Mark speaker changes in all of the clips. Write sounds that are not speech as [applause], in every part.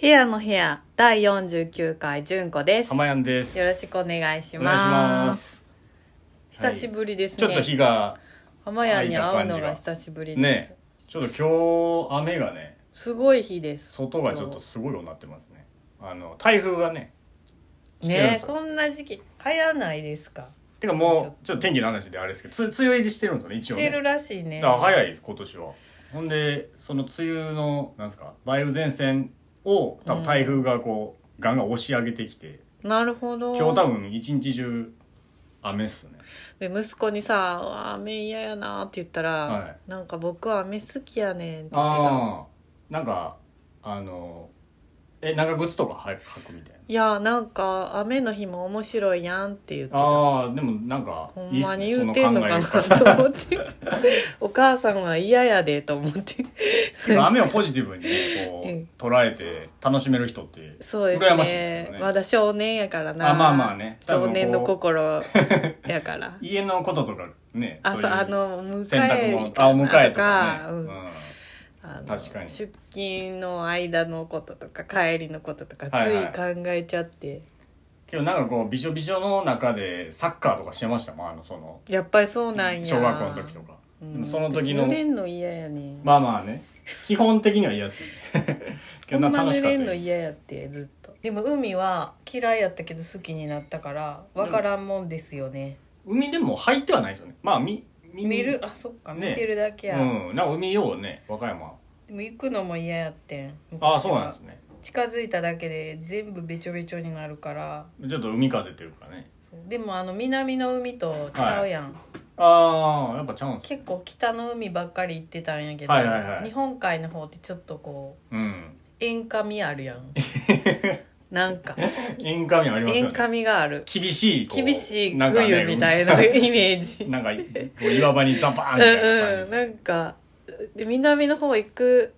Speaker 1: 部屋の部屋第49回純子です。
Speaker 2: 浜谷です
Speaker 1: よろしくお願いし
Speaker 2: お願いし
Speaker 1: ま。
Speaker 2: ますす
Speaker 1: 久しぶりです
Speaker 2: ち
Speaker 1: ね。
Speaker 2: ょっと日が
Speaker 1: 浜屋に会う
Speaker 2: 空
Speaker 1: の
Speaker 2: いた
Speaker 1: が
Speaker 2: 感じ
Speaker 1: 久しぶりです。
Speaker 2: ねちょっと今日雨がね
Speaker 1: すごい日です。
Speaker 2: 外がちょっとすごいようになってますねあの台風がね来てるんで
Speaker 1: ね
Speaker 2: すよ
Speaker 1: こんな時期会わないですか。
Speaker 2: てかもうちょっと天気の話であれですけどつ梅雨入りしてるんですよね一
Speaker 1: し
Speaker 2: 応
Speaker 1: て
Speaker 2: ね
Speaker 1: るらしいね。
Speaker 2: だから早いです今年はほんでその梅雨のなんですか梅雨前線を多分台風がこう、ガンガン押し上げてきて
Speaker 1: なるほど。
Speaker 2: 今日多分一日中雨っすね
Speaker 1: で息子にさあ「雨嫌やな」って言ったら、
Speaker 2: は
Speaker 1: なんか僕は雨好きやねん」って言ってた
Speaker 2: ああなんかあのえ長靴とかは履くみたいない
Speaker 1: やなんか雨の日も面白いやんって言ってた
Speaker 2: ああでもなんか
Speaker 1: ほ
Speaker 2: い
Speaker 1: ん
Speaker 2: いっ
Speaker 1: ますに
Speaker 2: ね
Speaker 1: 言
Speaker 2: そうの
Speaker 1: てんの
Speaker 2: 考
Speaker 1: か
Speaker 2: え
Speaker 1: なと
Speaker 2: 方
Speaker 1: 思って [laughs] お母さんは嫌やでと思
Speaker 2: [laughs]
Speaker 1: って
Speaker 2: 結構雨をポジティブにねこ
Speaker 1: うん
Speaker 2: う捉えて楽しめる人って
Speaker 1: そうですね
Speaker 2: 羨ましいですけどね
Speaker 1: まだ少年やからな
Speaker 2: あまあまあね多分
Speaker 1: 少
Speaker 2: こう
Speaker 1: 年の心やから
Speaker 2: [laughs] 家のこととかね
Speaker 1: あ
Speaker 2: そう
Speaker 1: そう
Speaker 2: いう
Speaker 1: あの迎
Speaker 2: 洗
Speaker 1: え
Speaker 2: 濯
Speaker 1: に行
Speaker 2: 物
Speaker 1: か
Speaker 2: あお
Speaker 1: な
Speaker 2: 迎えとかね、
Speaker 1: う
Speaker 2: うんん
Speaker 1: あの
Speaker 2: 確かに
Speaker 1: 出勤の間のこととか帰りのこととかつ
Speaker 2: はいはい
Speaker 1: い考えちゃって、
Speaker 2: けどなんかこうびしょびしょの中でサッカーとかしてましたもんあのその
Speaker 1: やっぱりそうなんや
Speaker 2: 小学校の時とか
Speaker 1: うん
Speaker 2: でもその時の
Speaker 1: 濡れんの嫌やねん、
Speaker 2: まあまあね基本的には嫌ですよ
Speaker 1: [laughs]
Speaker 2: ねけ
Speaker 1: ほん
Speaker 2: どな
Speaker 1: ま
Speaker 2: 楽し
Speaker 1: 濡
Speaker 2: かっ
Speaker 1: れ
Speaker 2: た
Speaker 1: んの
Speaker 2: よ
Speaker 1: 嫌やってずっとでも海は嫌いやったけど好きになったからわからんもんですよね
Speaker 2: 海でも入ってはないですよねまあみみ
Speaker 1: 見るあそっか
Speaker 2: ね
Speaker 1: 見てるだけや、
Speaker 2: うんなんか海ようね和歌山
Speaker 1: でも行くのも嫌やってん
Speaker 2: ああそうなんですね
Speaker 1: 近づいただけで全部べちょべちょになるから
Speaker 2: ちょっと海風というかね
Speaker 1: そうでもあの南の海とちゃうやん、
Speaker 2: ああやっぱちゃうんす
Speaker 1: 結構北の海ばっかり行ってたんやけど、
Speaker 2: はいはいはい
Speaker 1: 日本海の方ってちょっとこう
Speaker 2: うん
Speaker 1: 塩化味ある
Speaker 2: [laughs]
Speaker 1: やんなんか
Speaker 2: 塩化味ありますよ
Speaker 1: 塩
Speaker 2: ね
Speaker 1: 化味がある
Speaker 2: 厳しいこう
Speaker 1: 厳しい
Speaker 2: なんか
Speaker 1: グ
Speaker 2: ね
Speaker 1: ユみたいな [laughs] イメージ
Speaker 2: なんかこう岩場にザバーン
Speaker 1: う
Speaker 2: みたいな感じ
Speaker 1: ん
Speaker 2: で
Speaker 1: うん
Speaker 2: す
Speaker 1: なんかで南の方行く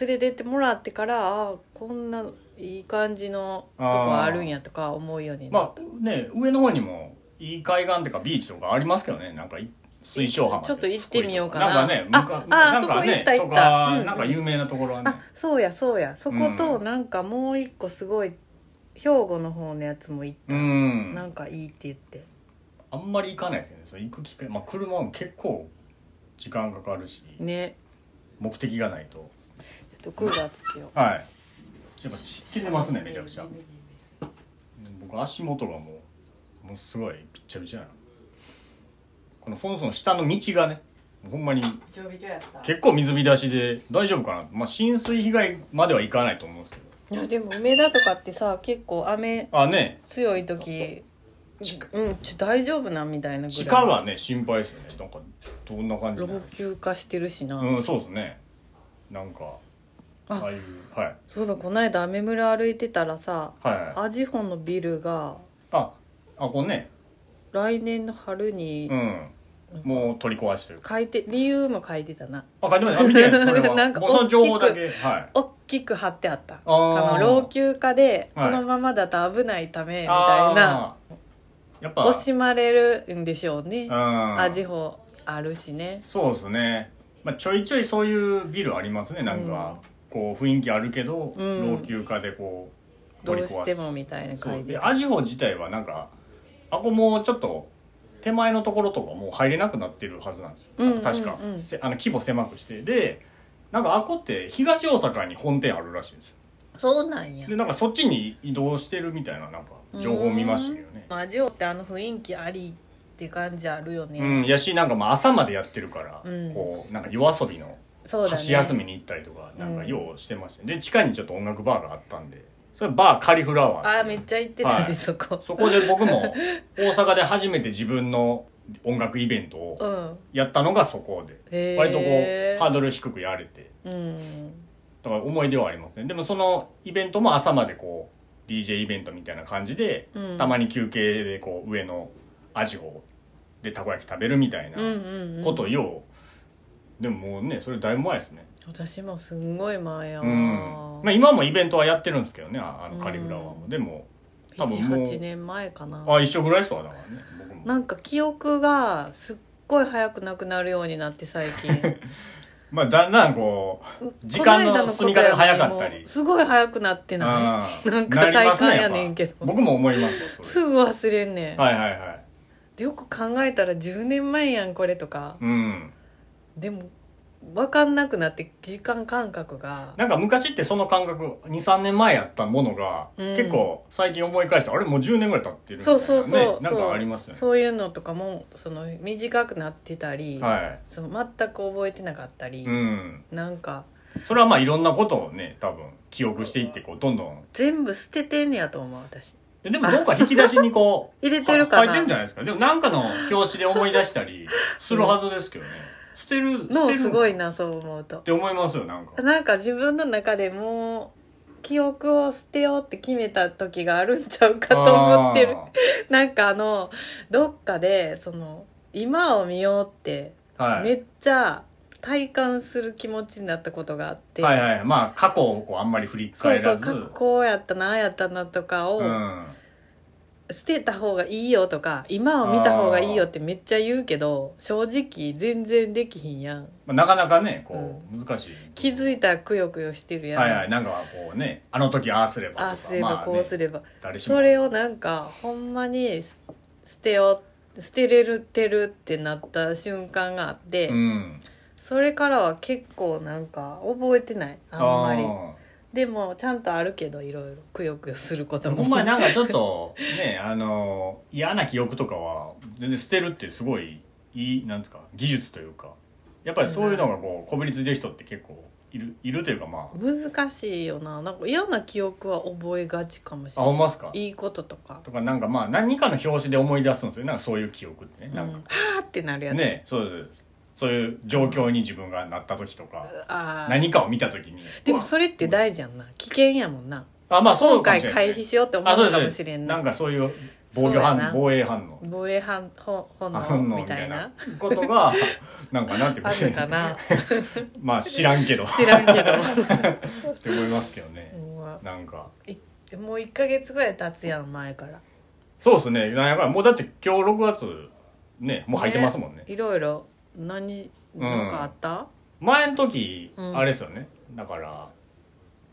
Speaker 1: 連れてってもらってからあーこんないい感じのとこあるんやとか思うようになっ
Speaker 2: まあね上の方にもいい海岸とかビーチとかありますけどねなんかい水晶浜
Speaker 1: ちょっと行ってみようかな
Speaker 2: なんかね
Speaker 1: あ
Speaker 2: 昔
Speaker 1: あ
Speaker 2: なんかね
Speaker 1: そこ行った行った
Speaker 2: とか
Speaker 1: うんうん
Speaker 2: なんか有名なところはね
Speaker 1: あそうやそうやそこと
Speaker 2: うん
Speaker 1: なんかもう一個すごい兵庫の方のやつも行っ
Speaker 2: う
Speaker 1: た、
Speaker 2: ん
Speaker 1: なんかいいって言って
Speaker 2: あんまり行かないですよねそれ行く機会まあ車も結構時間かかるし
Speaker 1: ね
Speaker 2: 目的がないと
Speaker 1: ちょっとクーラーつけよ
Speaker 2: はいやっぱ死んで
Speaker 1: う
Speaker 2: ますねめちゃくちゃ僕足元がもうもうすごいびっちゃびちゃなこのフォンソの下の道がねほんまに
Speaker 1: ちょびちょやった
Speaker 2: 結構水浸しで大丈夫かな、まあ、浸水被害まではいかないと思うんですけど
Speaker 1: いやでも梅田とかってさ結構雨
Speaker 2: あね
Speaker 1: 強い時
Speaker 2: 地下
Speaker 1: うんちょ大丈夫なみたいなぐらい
Speaker 2: 地下がね心配ですよねなんかどんな感じ
Speaker 1: 老
Speaker 2: なの
Speaker 1: 朽化してるしな、
Speaker 2: うんそうですねなんか
Speaker 1: あ
Speaker 2: ああいうはい
Speaker 1: そういえばこの間雨村歩いてたらさ
Speaker 2: はいはい
Speaker 1: アジホのビルが
Speaker 2: ああこれね
Speaker 1: 来年の春に
Speaker 2: うんもう取り壊してる
Speaker 1: 書いて、理由も書いてたな
Speaker 2: あ書いてますあ
Speaker 1: [laughs]
Speaker 2: 見てないそれは
Speaker 1: なんか
Speaker 2: もうその情報だけはい
Speaker 1: 大きく貼ってあった
Speaker 2: あー
Speaker 1: の老朽化でこ
Speaker 2: はい
Speaker 1: のままだと危ないためみたいな、
Speaker 2: あーやっぱ
Speaker 1: 惜しまれるんでしょうね
Speaker 2: うん
Speaker 1: アジホあるしね
Speaker 2: そうですね、まあ、ちょいちょいそういうビルありますねなんか、こう雰囲気あるけど、
Speaker 1: うん
Speaker 2: 老朽化でこう
Speaker 1: ど
Speaker 2: 取
Speaker 1: う
Speaker 2: り壊す
Speaker 1: してもみたいな書
Speaker 2: そ
Speaker 1: いうて
Speaker 2: で
Speaker 1: た
Speaker 2: アジホ自体はなんかあこもうちょっと手前のところとかもう入れなくなってるはずなんですよ、
Speaker 1: うんうんうん
Speaker 2: 確かせあの規模狭くしてでなんかあこって東大阪に本店あるらしいんですよ
Speaker 1: そうなんや
Speaker 2: でなんかそっちに移動してるみたいななんか情報見ましたけどね
Speaker 1: アジホってあの雰囲気ありって感じあるよね、
Speaker 2: うんやしなんかまあ朝までやってるから、
Speaker 1: うん
Speaker 2: こうなんか夜遊びの
Speaker 1: そうだね
Speaker 2: 箸休みに行ったりとかなん
Speaker 1: う
Speaker 2: か
Speaker 1: ん
Speaker 2: ようしてました、ねで地下にちょっと音楽バーがあったんでそれバーカリフラワー
Speaker 1: あ
Speaker 2: っ
Speaker 1: あ
Speaker 2: て
Speaker 1: め
Speaker 2: いう
Speaker 1: っちゃ行ってたね、
Speaker 2: はい
Speaker 1: そこ
Speaker 2: そこで僕も大阪で初めて自分の音楽イベント
Speaker 1: う
Speaker 2: を
Speaker 1: ん
Speaker 2: やったのがそこで
Speaker 1: へえ
Speaker 2: 割とこうハードル低くやれて
Speaker 1: うん
Speaker 2: だから思い出はありますねでもそのイベントも朝までこう DJ イベントみたいな感じで
Speaker 1: うん
Speaker 2: たまに休憩でこう上のアジをでたこ焼き食べるみたいな
Speaker 1: うんうんうん
Speaker 2: ことをようでももうねそれだいぶ前ですね
Speaker 1: 私もすんごい前やわ、
Speaker 2: うんまあ、今もイベントはやってるんですけどねああのカリフラワーも、でも多分もう
Speaker 1: 78年前かな
Speaker 2: あ一緒ぐらいですわだからね僕も [laughs]
Speaker 1: なんか記憶がすっごい早くなくなるようになって最近
Speaker 2: まあだんだんこう時間の進み方が早かったり
Speaker 1: すごい早くなってな
Speaker 2: う
Speaker 1: いなんか
Speaker 2: り
Speaker 1: 体
Speaker 2: ます
Speaker 1: 感
Speaker 2: ね
Speaker 1: やねんけ
Speaker 2: やっ
Speaker 1: ど
Speaker 2: ぱ僕も思いますよそ
Speaker 1: すぐ忘れんねん、
Speaker 2: れはいはいはい
Speaker 1: よく考えたら10年前やんこれとか
Speaker 2: うん
Speaker 1: でも分かんなくなって時間感覚が
Speaker 2: なんか昔ってその感覚23年前やったものが、
Speaker 1: うん
Speaker 2: 結構最近思い返してあれもう10年ぐらい経ってるみ
Speaker 1: そ
Speaker 2: たいな
Speaker 1: うそうそう、
Speaker 2: ね、なんかありますよね
Speaker 1: そういうのとかもその短くなってたり、
Speaker 2: は
Speaker 1: その全く覚えてなかった
Speaker 2: い
Speaker 1: り、
Speaker 2: うん
Speaker 1: なんか
Speaker 2: それはまあいろんなことをね多分記憶していってこうどんどん
Speaker 1: 全部捨ててんねやと思う私
Speaker 2: えでもどっか引き出しにこ
Speaker 1: [laughs]
Speaker 2: う
Speaker 1: 入れてるかな
Speaker 2: は入ってるんじゃないですかでもなんかの表紙で思い出し
Speaker 1: [laughs]
Speaker 2: たりするはずですけどね、捨てる捨
Speaker 1: の
Speaker 2: てる
Speaker 1: すごい
Speaker 2: っ
Speaker 1: なそう思うと
Speaker 2: て思いますよなんか
Speaker 1: なんか自分の中でもう記憶を捨てようって決めた時があるんちゃうかと思ってるなんかあのどっかでその今を見ようって
Speaker 2: あーはい
Speaker 1: めっちゃ体感する気持ちになったことがあって、
Speaker 2: はいはいまあ過去をこうあんまり振り
Speaker 1: そう
Speaker 2: 返
Speaker 1: そ
Speaker 2: ら
Speaker 1: う
Speaker 2: ず
Speaker 1: 過去こうやったなああやったなとかを、
Speaker 2: うん
Speaker 1: 捨てた方がいいよとか今を見た方がいいよってめっちゃ言うけど正直全然できひんやん
Speaker 2: まあ、なかなかねこう難しい、
Speaker 1: 気づいたらくよくよしてるやん、
Speaker 2: はいはいなんかこうねあの時ああすればとか
Speaker 1: ああすればこうす
Speaker 2: れ
Speaker 1: れば、
Speaker 2: ば、誰しも
Speaker 1: それをなんかほんまにす捨てよう捨てれるてるってなった瞬間があって、
Speaker 2: うん
Speaker 1: それからは結構なんか覚えてないあんまりでもちゃんとあるけどいろいろくよくよすること
Speaker 2: あー
Speaker 1: も
Speaker 2: ほんまになんかちょ
Speaker 1: [laughs]
Speaker 2: っとねあの嫌な記憶とかは全然捨てるってすごいいいなんですか技術というかやっぱりそういうのがこうこびりついてる人って結構いるいるというかまあ
Speaker 1: 難しいよななんか嫌な記憶は覚えがちかもし
Speaker 2: あ
Speaker 1: れ
Speaker 2: ほ
Speaker 1: なん
Speaker 2: まっすか
Speaker 1: いいいこととか
Speaker 2: とかなんかまあ何かの表紙で思い出すんですよなんかそういう記憶ってねなん
Speaker 1: うん
Speaker 2: か、
Speaker 1: はあってなるやつ、
Speaker 2: ねそうですそういう状況に自分がなった時とか
Speaker 1: あー
Speaker 2: 何かを見た時に
Speaker 1: でもそれって大事やんな危険やもんな
Speaker 2: あまあそう
Speaker 1: 今
Speaker 2: か
Speaker 1: 回
Speaker 2: もしれない
Speaker 1: 回避しようって思
Speaker 2: あそ
Speaker 1: う
Speaker 2: うで
Speaker 1: か
Speaker 2: す
Speaker 1: も
Speaker 2: そ
Speaker 1: し
Speaker 2: うで
Speaker 1: れ
Speaker 2: す
Speaker 1: ん
Speaker 2: な
Speaker 1: なん
Speaker 2: かそういう防御
Speaker 1: そうやな
Speaker 2: 反防衛反応
Speaker 1: 防衛反本本
Speaker 2: あ反
Speaker 1: 能
Speaker 2: 応
Speaker 1: み
Speaker 2: み
Speaker 1: た
Speaker 2: た
Speaker 1: い
Speaker 2: いな
Speaker 1: な
Speaker 2: ことが [laughs] なんかなんていう
Speaker 1: あ
Speaker 2: 知ら
Speaker 1: る
Speaker 2: ん
Speaker 1: かな
Speaker 2: まあ知らんけどっ
Speaker 1: 知らんけ [laughs]
Speaker 2: て思いますけどね
Speaker 1: ども
Speaker 2: なんか
Speaker 1: うもう1か月ぐらい経つやん前から
Speaker 2: そうですねなんやかんやもうだって今日6月ねもう入ってますもんね
Speaker 1: いろいろ何
Speaker 2: ん
Speaker 1: なんかあった、
Speaker 2: 前の時、
Speaker 1: うん
Speaker 2: あれですよねだから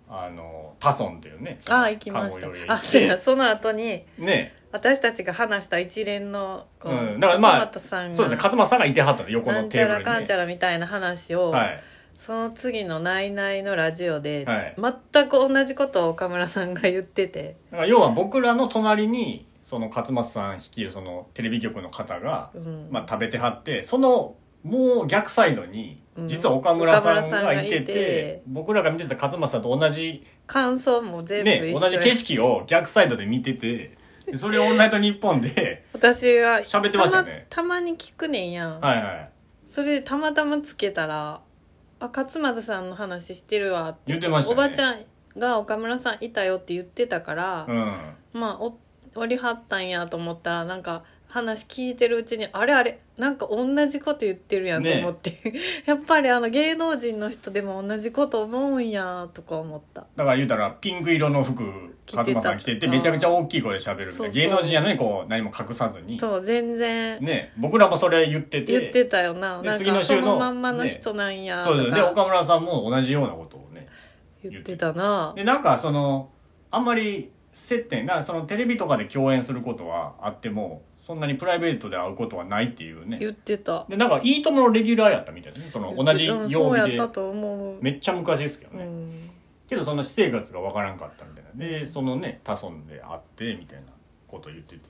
Speaker 2: あのタソンっていうね
Speaker 1: ああ行きました
Speaker 2: 看護料理屋
Speaker 1: あ
Speaker 2: 行って
Speaker 1: そうやその後に
Speaker 2: ね
Speaker 1: 私たちが話した一連のこう、
Speaker 2: うんだからまあ
Speaker 1: 勝俣さんが
Speaker 2: そうですね勝間さんがいてはったの横
Speaker 1: な
Speaker 2: の
Speaker 1: んちゃ
Speaker 2: テーブル
Speaker 1: ら
Speaker 2: に、
Speaker 1: かんちゃ
Speaker 2: ね、
Speaker 1: らみたいな話を、
Speaker 2: はい
Speaker 1: その次の「ナイナイ」のラジオで、
Speaker 2: はい
Speaker 1: 全く同じことを岡村さんが言ってて、
Speaker 2: だから要は僕らの隣にその勝間さん率いるそのテレビ局の方が
Speaker 1: うん
Speaker 2: まあ、食べてはってそのもう逆サイドに
Speaker 1: うん
Speaker 2: 実は岡村さんがいてて,、
Speaker 1: 岡村さんがいて
Speaker 2: 僕らが見てた勝間さんと同じ,、
Speaker 1: 感想も全部一緒
Speaker 2: ね、
Speaker 1: や
Speaker 2: 同じ景色を逆サイドで見ててでそれを「オンライトニッポ
Speaker 1: [laughs]
Speaker 2: ン」で
Speaker 1: 私は
Speaker 2: 喋ってましたよね
Speaker 1: たまたまに聞くねんやん、
Speaker 2: はいはい
Speaker 1: それでたまたまつけたら「あ勝俣さんの話してるわ」って
Speaker 2: 言ってました
Speaker 1: お
Speaker 2: ね
Speaker 1: ばちゃんが岡村さんいたよって言ってたから、
Speaker 2: うん
Speaker 1: まあおおりはったんやと思ったらなんか話聞いてるうちにあれあれなんか同じこと言ってるやんと思って、 [laughs] やっぱりあの芸能人の人でも同じこと思うんやとか思った
Speaker 2: だから言うたらピンク色の服
Speaker 1: 着てた
Speaker 2: 勝間さん着てて
Speaker 1: うん
Speaker 2: めちゃくちゃ大きい声で喋るみた
Speaker 1: そ
Speaker 2: いうな
Speaker 1: そう
Speaker 2: 芸能人やのにこう何も隠さずに、
Speaker 1: そう全然
Speaker 2: ね、僕らもそれ言ってて
Speaker 1: 言ってたよな
Speaker 2: で
Speaker 1: なん
Speaker 2: 次の
Speaker 1: かそ
Speaker 2: 週の
Speaker 1: のまんまの人なんや
Speaker 2: そうです
Speaker 1: と
Speaker 2: よで
Speaker 1: か
Speaker 2: 岡村さんも同じようなことをね
Speaker 1: 言ってたな
Speaker 2: でなんかそのあんまり接点なんかそのテレビとかで共演することはあってもそんなにプライベートで会うことはないっていうね
Speaker 1: 言ってた
Speaker 2: でなんか「いいとも!」のレギュラーやったみたいですねその同じ
Speaker 1: うん
Speaker 2: 曜
Speaker 1: そう
Speaker 2: 日
Speaker 1: やっ
Speaker 2: で
Speaker 1: たと思う、
Speaker 2: めっちゃ昔ですけど
Speaker 1: う
Speaker 2: ね、
Speaker 1: ん、
Speaker 2: けどその私生活がわからんかったみたいなでそのね他村で会ってみたいなこと言ってて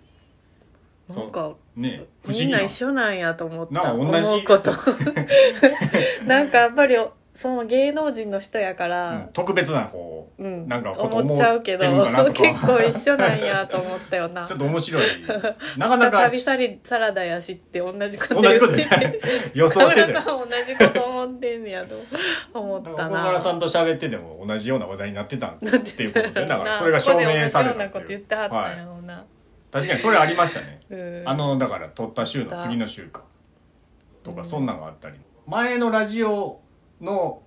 Speaker 1: なんか
Speaker 2: ね不思
Speaker 1: み
Speaker 2: 議
Speaker 1: ん
Speaker 2: な
Speaker 1: な一緒なんやと思った
Speaker 2: なんか同じ
Speaker 1: 思うこと
Speaker 2: [laughs]
Speaker 1: なんかやっぱりその芸能人の人やか
Speaker 2: うん
Speaker 1: ら、
Speaker 2: 特別なこう
Speaker 1: うん
Speaker 2: なんかこと
Speaker 1: 思っちゃうけど
Speaker 2: 思ってるんかなとか
Speaker 1: 結構一緒なんやと思
Speaker 2: [laughs]
Speaker 1: ったよな
Speaker 2: ちょっと
Speaker 1: [laughs]
Speaker 2: 面白いなかなか
Speaker 1: 再びサリサラダやしって同じこと
Speaker 2: 同
Speaker 1: 言
Speaker 2: じこ
Speaker 1: っ
Speaker 2: と
Speaker 1: て
Speaker 2: で
Speaker 1: て
Speaker 2: [laughs] 予
Speaker 1: 田
Speaker 2: 想してて
Speaker 1: 村さん同じこと思ってんねやと思っ
Speaker 2: だから
Speaker 1: た
Speaker 2: 岡
Speaker 1: な
Speaker 2: 村さんと喋ってても同じような話題になってたって
Speaker 1: なって
Speaker 2: い
Speaker 1: いうう
Speaker 2: ことですねだからそれが証明され
Speaker 1: ような
Speaker 2: た
Speaker 1: こ
Speaker 2: っ
Speaker 1: と
Speaker 2: て
Speaker 1: 言
Speaker 2: い
Speaker 1: っ
Speaker 2: う
Speaker 1: てはったんやろうな、
Speaker 2: 確かにそれありましたね
Speaker 1: うん
Speaker 2: あのだから撮った週の次の週かと
Speaker 1: う
Speaker 2: か
Speaker 1: ん
Speaker 2: そんなんがあったり前のラジオの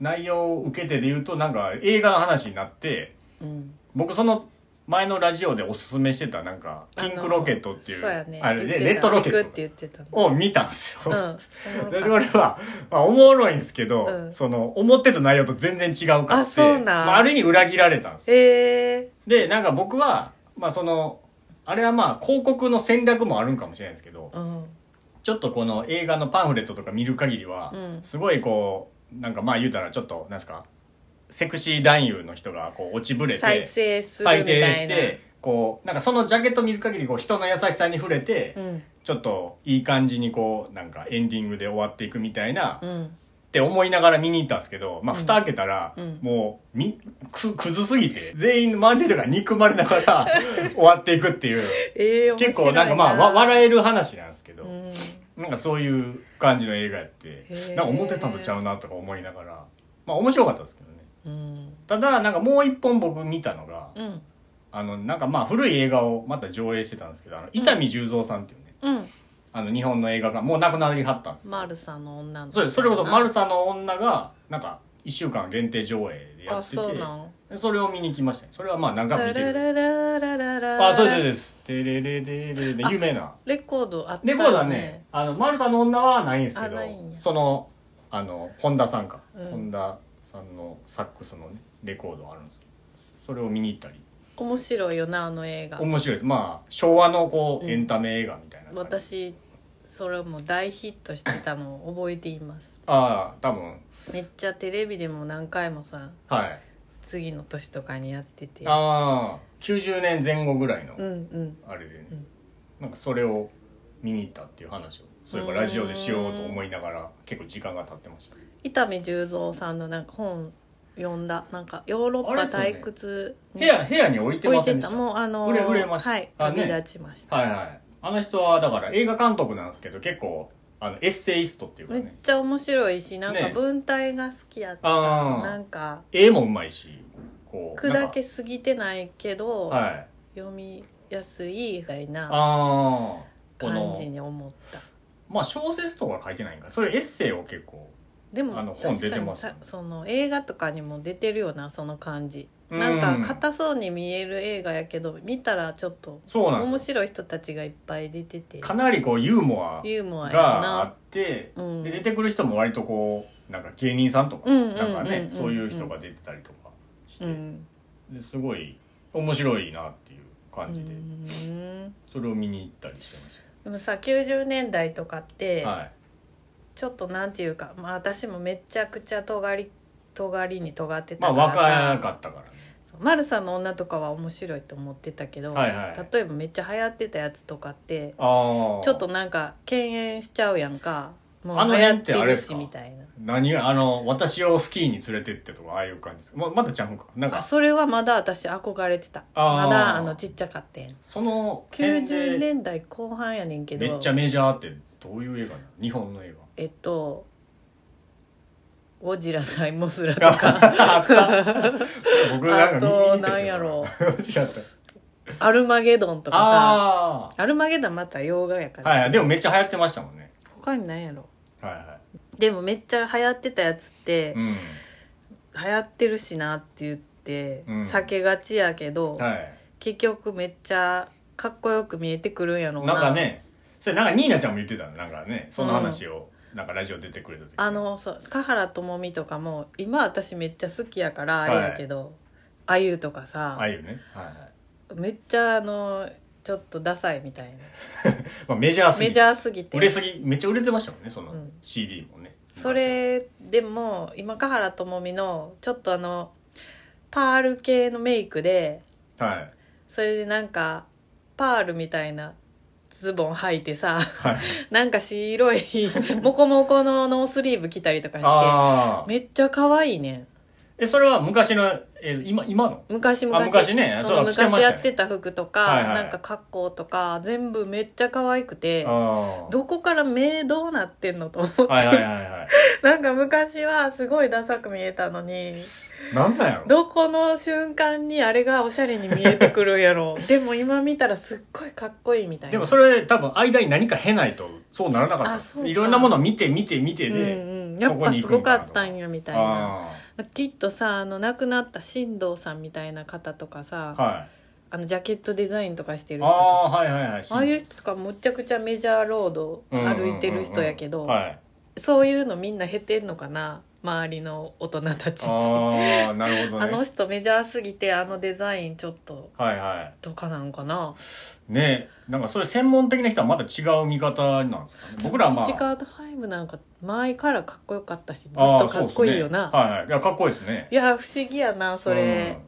Speaker 2: 内容を受けてで言うとなんか映画の話になって
Speaker 1: うん
Speaker 2: 僕その前のラジオでおすすめしてたなんかピンクロケットっていう
Speaker 1: そうやね
Speaker 2: あれで
Speaker 1: 言って
Speaker 2: レッ
Speaker 1: た
Speaker 2: ドロケ
Speaker 1: 行く
Speaker 2: ッ
Speaker 1: って
Speaker 2: ト
Speaker 1: 言ってた
Speaker 2: を見たんですよ、
Speaker 1: うん
Speaker 2: で俺は、まあ、おもろいんですけど、
Speaker 1: うん
Speaker 2: その思ってた内容と全然違うか
Speaker 1: あ
Speaker 2: って
Speaker 1: そうなん
Speaker 2: まあ、ある意味裏切られたんですよ
Speaker 1: え
Speaker 2: でなんか僕は、まあ、そのあれはまあ広告の戦略もあるんかもしれないですけど
Speaker 1: ー、うん
Speaker 2: ちょっとこの映画のパンフレットとか見る限りは、
Speaker 1: うん
Speaker 2: すごいこうなんかまあ言うたらちょっとなんですかセクシー男優の人がこう落ちぶれて
Speaker 1: 再生するみ
Speaker 2: 再
Speaker 1: たいな
Speaker 2: 生してこうなんかそのジャケット見る限りこう人の優しさに触れて、
Speaker 1: うん
Speaker 2: ちょっといい感じにこうなんかエンディングで終わっていくみたいな、
Speaker 1: う
Speaker 2: っ
Speaker 1: ん
Speaker 2: て思いながら見に行ったんですけど、まあ、
Speaker 1: うん
Speaker 2: 蓋開けたら、
Speaker 1: うん
Speaker 2: もうみくくずすぎて全員周りの人が憎まれな
Speaker 1: [laughs]
Speaker 2: がら終わっていくっていう
Speaker 1: ええー、面白い
Speaker 2: 結構なんかまあわ笑える話なんですけど、
Speaker 1: うん
Speaker 2: なんかそういう感じの映画やって
Speaker 1: へー
Speaker 2: なんか思ってたのちゃうなとか思いながらまあ面白かったですけどね
Speaker 1: うん
Speaker 2: ただなんかもう一本僕見たのが
Speaker 1: うん
Speaker 2: あのなんかまあ古い映画をまた上映してたんですけどあの伊丹十三さんっていうね、
Speaker 1: うん
Speaker 2: あの日本の映画がもう亡くなりはったんですけど
Speaker 1: マルサの女の子
Speaker 2: そうですそれこそ「マルサの女」がなんか1週間限定上映でや
Speaker 1: あ
Speaker 2: ってて
Speaker 1: そうなん
Speaker 2: でそれを見に来ましたねそれはまあ何回も見て
Speaker 1: ラ
Speaker 2: る
Speaker 1: ラララララ
Speaker 2: あそうですそうです「テレレレレレ」
Speaker 1: あ
Speaker 2: 有名な
Speaker 1: レコードあった
Speaker 2: レ
Speaker 1: よ
Speaker 2: コードはね「あのマルサの女」はないんですけ
Speaker 1: あ
Speaker 2: ど
Speaker 1: ないんや
Speaker 2: そのあの本田さんか、
Speaker 1: うん
Speaker 2: 本田さんのサックスのねレコードあるんですけどそれを見に行ったり
Speaker 1: 面白いよなあの映画
Speaker 2: 面白いですまあ昭和のこう、
Speaker 1: うん
Speaker 2: エンタメ映画みたいな感じ
Speaker 1: 私それも大ヒットしてたのを覚えています
Speaker 2: ああ多分
Speaker 1: めっちゃテレビでも何回もさ
Speaker 2: はい
Speaker 1: 次の年とかにやってて
Speaker 2: ああ90年前後ぐらいの、
Speaker 1: うんうん
Speaker 2: あれでね、
Speaker 1: うん
Speaker 2: なんかそれを見に行ったっていう話をそういえばラジオでしようと思いながら結構時間が経ってました
Speaker 1: 伊丹十三さんのなんか本読んだなんかヨーロッパ
Speaker 2: あれっすよね
Speaker 1: 退屈
Speaker 2: 部屋部屋に置いて
Speaker 1: 置い
Speaker 2: ませ
Speaker 1: て
Speaker 2: んでした
Speaker 1: たもうあの
Speaker 2: 売れ売れました
Speaker 1: はい
Speaker 2: あね
Speaker 1: 旅立ちました、
Speaker 2: はいはいあの人はだから映画監督なんですけど結構あのエッセイストっていうか
Speaker 1: めっ
Speaker 2: ね
Speaker 1: ちゃ面白いしなんか
Speaker 2: ね
Speaker 1: 文体が好きやった、
Speaker 2: あ
Speaker 1: な
Speaker 2: あ
Speaker 1: んか
Speaker 2: 絵もうまいしこうなん
Speaker 1: 砕
Speaker 2: か
Speaker 1: けすぎてないけど、
Speaker 2: はい
Speaker 1: 読みやすいみたいな
Speaker 2: ああこ
Speaker 1: 感じ
Speaker 2: の
Speaker 1: に思った
Speaker 2: まあ小説とか書いてないんかそういうエッセイを結構
Speaker 1: でも
Speaker 2: あの本出てます
Speaker 1: 確かにさその映画とかにも出てるよなその感じ、なんか硬そうに見える映画やけど見たらちょっと
Speaker 2: そうなん
Speaker 1: 面
Speaker 2: ですよ
Speaker 1: 白い人たちがいっぱい出てて
Speaker 2: かなりこうユーモア
Speaker 1: ユーモアや
Speaker 2: があ
Speaker 1: な
Speaker 2: って
Speaker 1: うん
Speaker 2: で出てくる人も割とこうなんか芸人さんとか、
Speaker 1: うんうんうんうん
Speaker 2: なんかねそういう人が出てたりとかして、
Speaker 1: うん
Speaker 2: ですごい面白いなっていう感じ
Speaker 1: う
Speaker 2: で、
Speaker 1: ん
Speaker 2: それを見に行ったりしてまし、
Speaker 1: でもさ90年代とかったて、
Speaker 2: はい、
Speaker 1: ちょっとなんていうか、まあ、私もめちゃくちゃ尖り尖りに尖って
Speaker 2: まあ
Speaker 1: たからさ、
Speaker 2: 若かったからね
Speaker 1: そうマルサの女とかは面白いと思ってたけど、
Speaker 2: はいはい
Speaker 1: 例えばめっちゃ流行ってたやつとかって
Speaker 2: ああ
Speaker 1: ちょっとなんか敬遠しちゃうやんかも
Speaker 2: あ
Speaker 1: う
Speaker 2: の
Speaker 1: 流行
Speaker 2: 辺っ
Speaker 1: ってて
Speaker 2: あれっ
Speaker 1: る
Speaker 2: す
Speaker 1: し
Speaker 2: か
Speaker 1: みたいな
Speaker 2: 何があの私をスキーに連れてってとかああいう感じですままだちゃうんかなん
Speaker 1: あ
Speaker 2: か
Speaker 1: それはまだ私憧れてた
Speaker 2: あ
Speaker 1: ま
Speaker 2: ー
Speaker 1: だあのちっちゃかってん
Speaker 2: その辺
Speaker 1: 90
Speaker 2: で
Speaker 1: 年代後半やねんけど
Speaker 2: めっちゃメジャーってどういう映画なの日本の映
Speaker 1: えっと「ゴジラ対モスラ」と [laughs]
Speaker 2: 画
Speaker 1: か
Speaker 2: あった僕な
Speaker 1: あと
Speaker 2: んか見見てたけど
Speaker 1: なんやろ
Speaker 2: [laughs] 違っ
Speaker 1: 「 [laughs]
Speaker 2: た
Speaker 1: アルマゲドン」とかさ
Speaker 2: あ
Speaker 1: アルマゲドンまた洋画やか
Speaker 2: あはいは
Speaker 1: ら
Speaker 2: いでもめっちゃ流行ってましたもんね
Speaker 1: 他に何やろ
Speaker 2: はいは
Speaker 1: でもめっちゃ流行ってたやつって
Speaker 2: いうん
Speaker 1: 流行ってるしなって言って
Speaker 2: うん
Speaker 1: 避けがちやけど、
Speaker 2: はい
Speaker 1: 結局めっちゃかっこよく見えてくるんやろうな
Speaker 2: なんかねそれなんかニーナちゃんも言ってたのなんかねその話をなんかラジオ出てくれた時
Speaker 1: あのそう華原朋美とかも今私めっちゃ好きやからあ
Speaker 2: はい
Speaker 1: れやけど、あゆとかさ
Speaker 2: ああいうねはいはい
Speaker 1: めっちゃあのちょっとダサいみたいな
Speaker 2: まあメジャーすぎ
Speaker 1: メ
Speaker 2: て
Speaker 1: ジャーすぎて
Speaker 2: 売れすぎめっちゃ売れてましたもんねそうの
Speaker 1: ん
Speaker 2: CD もね
Speaker 1: それでも今華原朋美のちょっとあのパール系のメイクで
Speaker 2: はい
Speaker 1: それでなんかパールみたいなズボン履いてさ
Speaker 2: はい
Speaker 1: [laughs] なんか白
Speaker 2: [laughs]
Speaker 1: いモコモコのノースリーブ着たりとかして
Speaker 2: ああ
Speaker 1: めっちゃ可愛いねん
Speaker 2: えそれは昔のえ今今の
Speaker 1: 昔
Speaker 2: あ
Speaker 1: 昔
Speaker 2: 昔ね
Speaker 1: そ
Speaker 2: そう
Speaker 1: の
Speaker 2: 着てました
Speaker 1: 昔
Speaker 2: ね
Speaker 1: やってた服とか、
Speaker 2: はいはい
Speaker 1: なんか格好とか全部めっちゃ可愛くて
Speaker 2: あ
Speaker 1: どこから目どうなってんのと思って、
Speaker 2: あはいはいはいは
Speaker 1: なんか昔はすごいダサく見えたのに [laughs]
Speaker 2: いなんだやろ
Speaker 1: どこの瞬間にあれがおしゃれに見えてくるんやろ
Speaker 2: [laughs]
Speaker 1: でも今見たらすっごいかっこいいみたいな
Speaker 2: でもそれ多分間に何か経ないとそうならなか
Speaker 1: あ
Speaker 2: っ
Speaker 1: そ
Speaker 2: た
Speaker 1: うか
Speaker 2: いろんなものを見て見て見てで、
Speaker 1: うんうん、やっぱすごかったんやみたいな
Speaker 2: あ
Speaker 1: きっとさあの亡くなった新藤さんみたいな方とかさ、
Speaker 2: あは
Speaker 1: あのジャケットデザインとかしてる人とか
Speaker 2: ああーはいはいはい
Speaker 1: ああいう人とかむちゃくちゃメジャーロード
Speaker 2: うんうんうんうん
Speaker 1: 歩いてる人やけど、
Speaker 2: はい
Speaker 1: そういうのみんな減ってんのかな周りの大人たちって [laughs] あ
Speaker 2: ああなるほど
Speaker 1: の
Speaker 2: ね
Speaker 1: 人メジャーすぎてあのデザインちょっと
Speaker 2: はいは
Speaker 1: とかなんかない
Speaker 2: ねなんかそういう専門的な人はまた違う見方なんですかね僕らはまあ
Speaker 1: ピチカードハイブなんか前からかっこよかったしずっとかっこいいよな、
Speaker 2: あーそうですねはいはいいやかっこいいですね
Speaker 1: いや不思議やなそれ
Speaker 2: うん、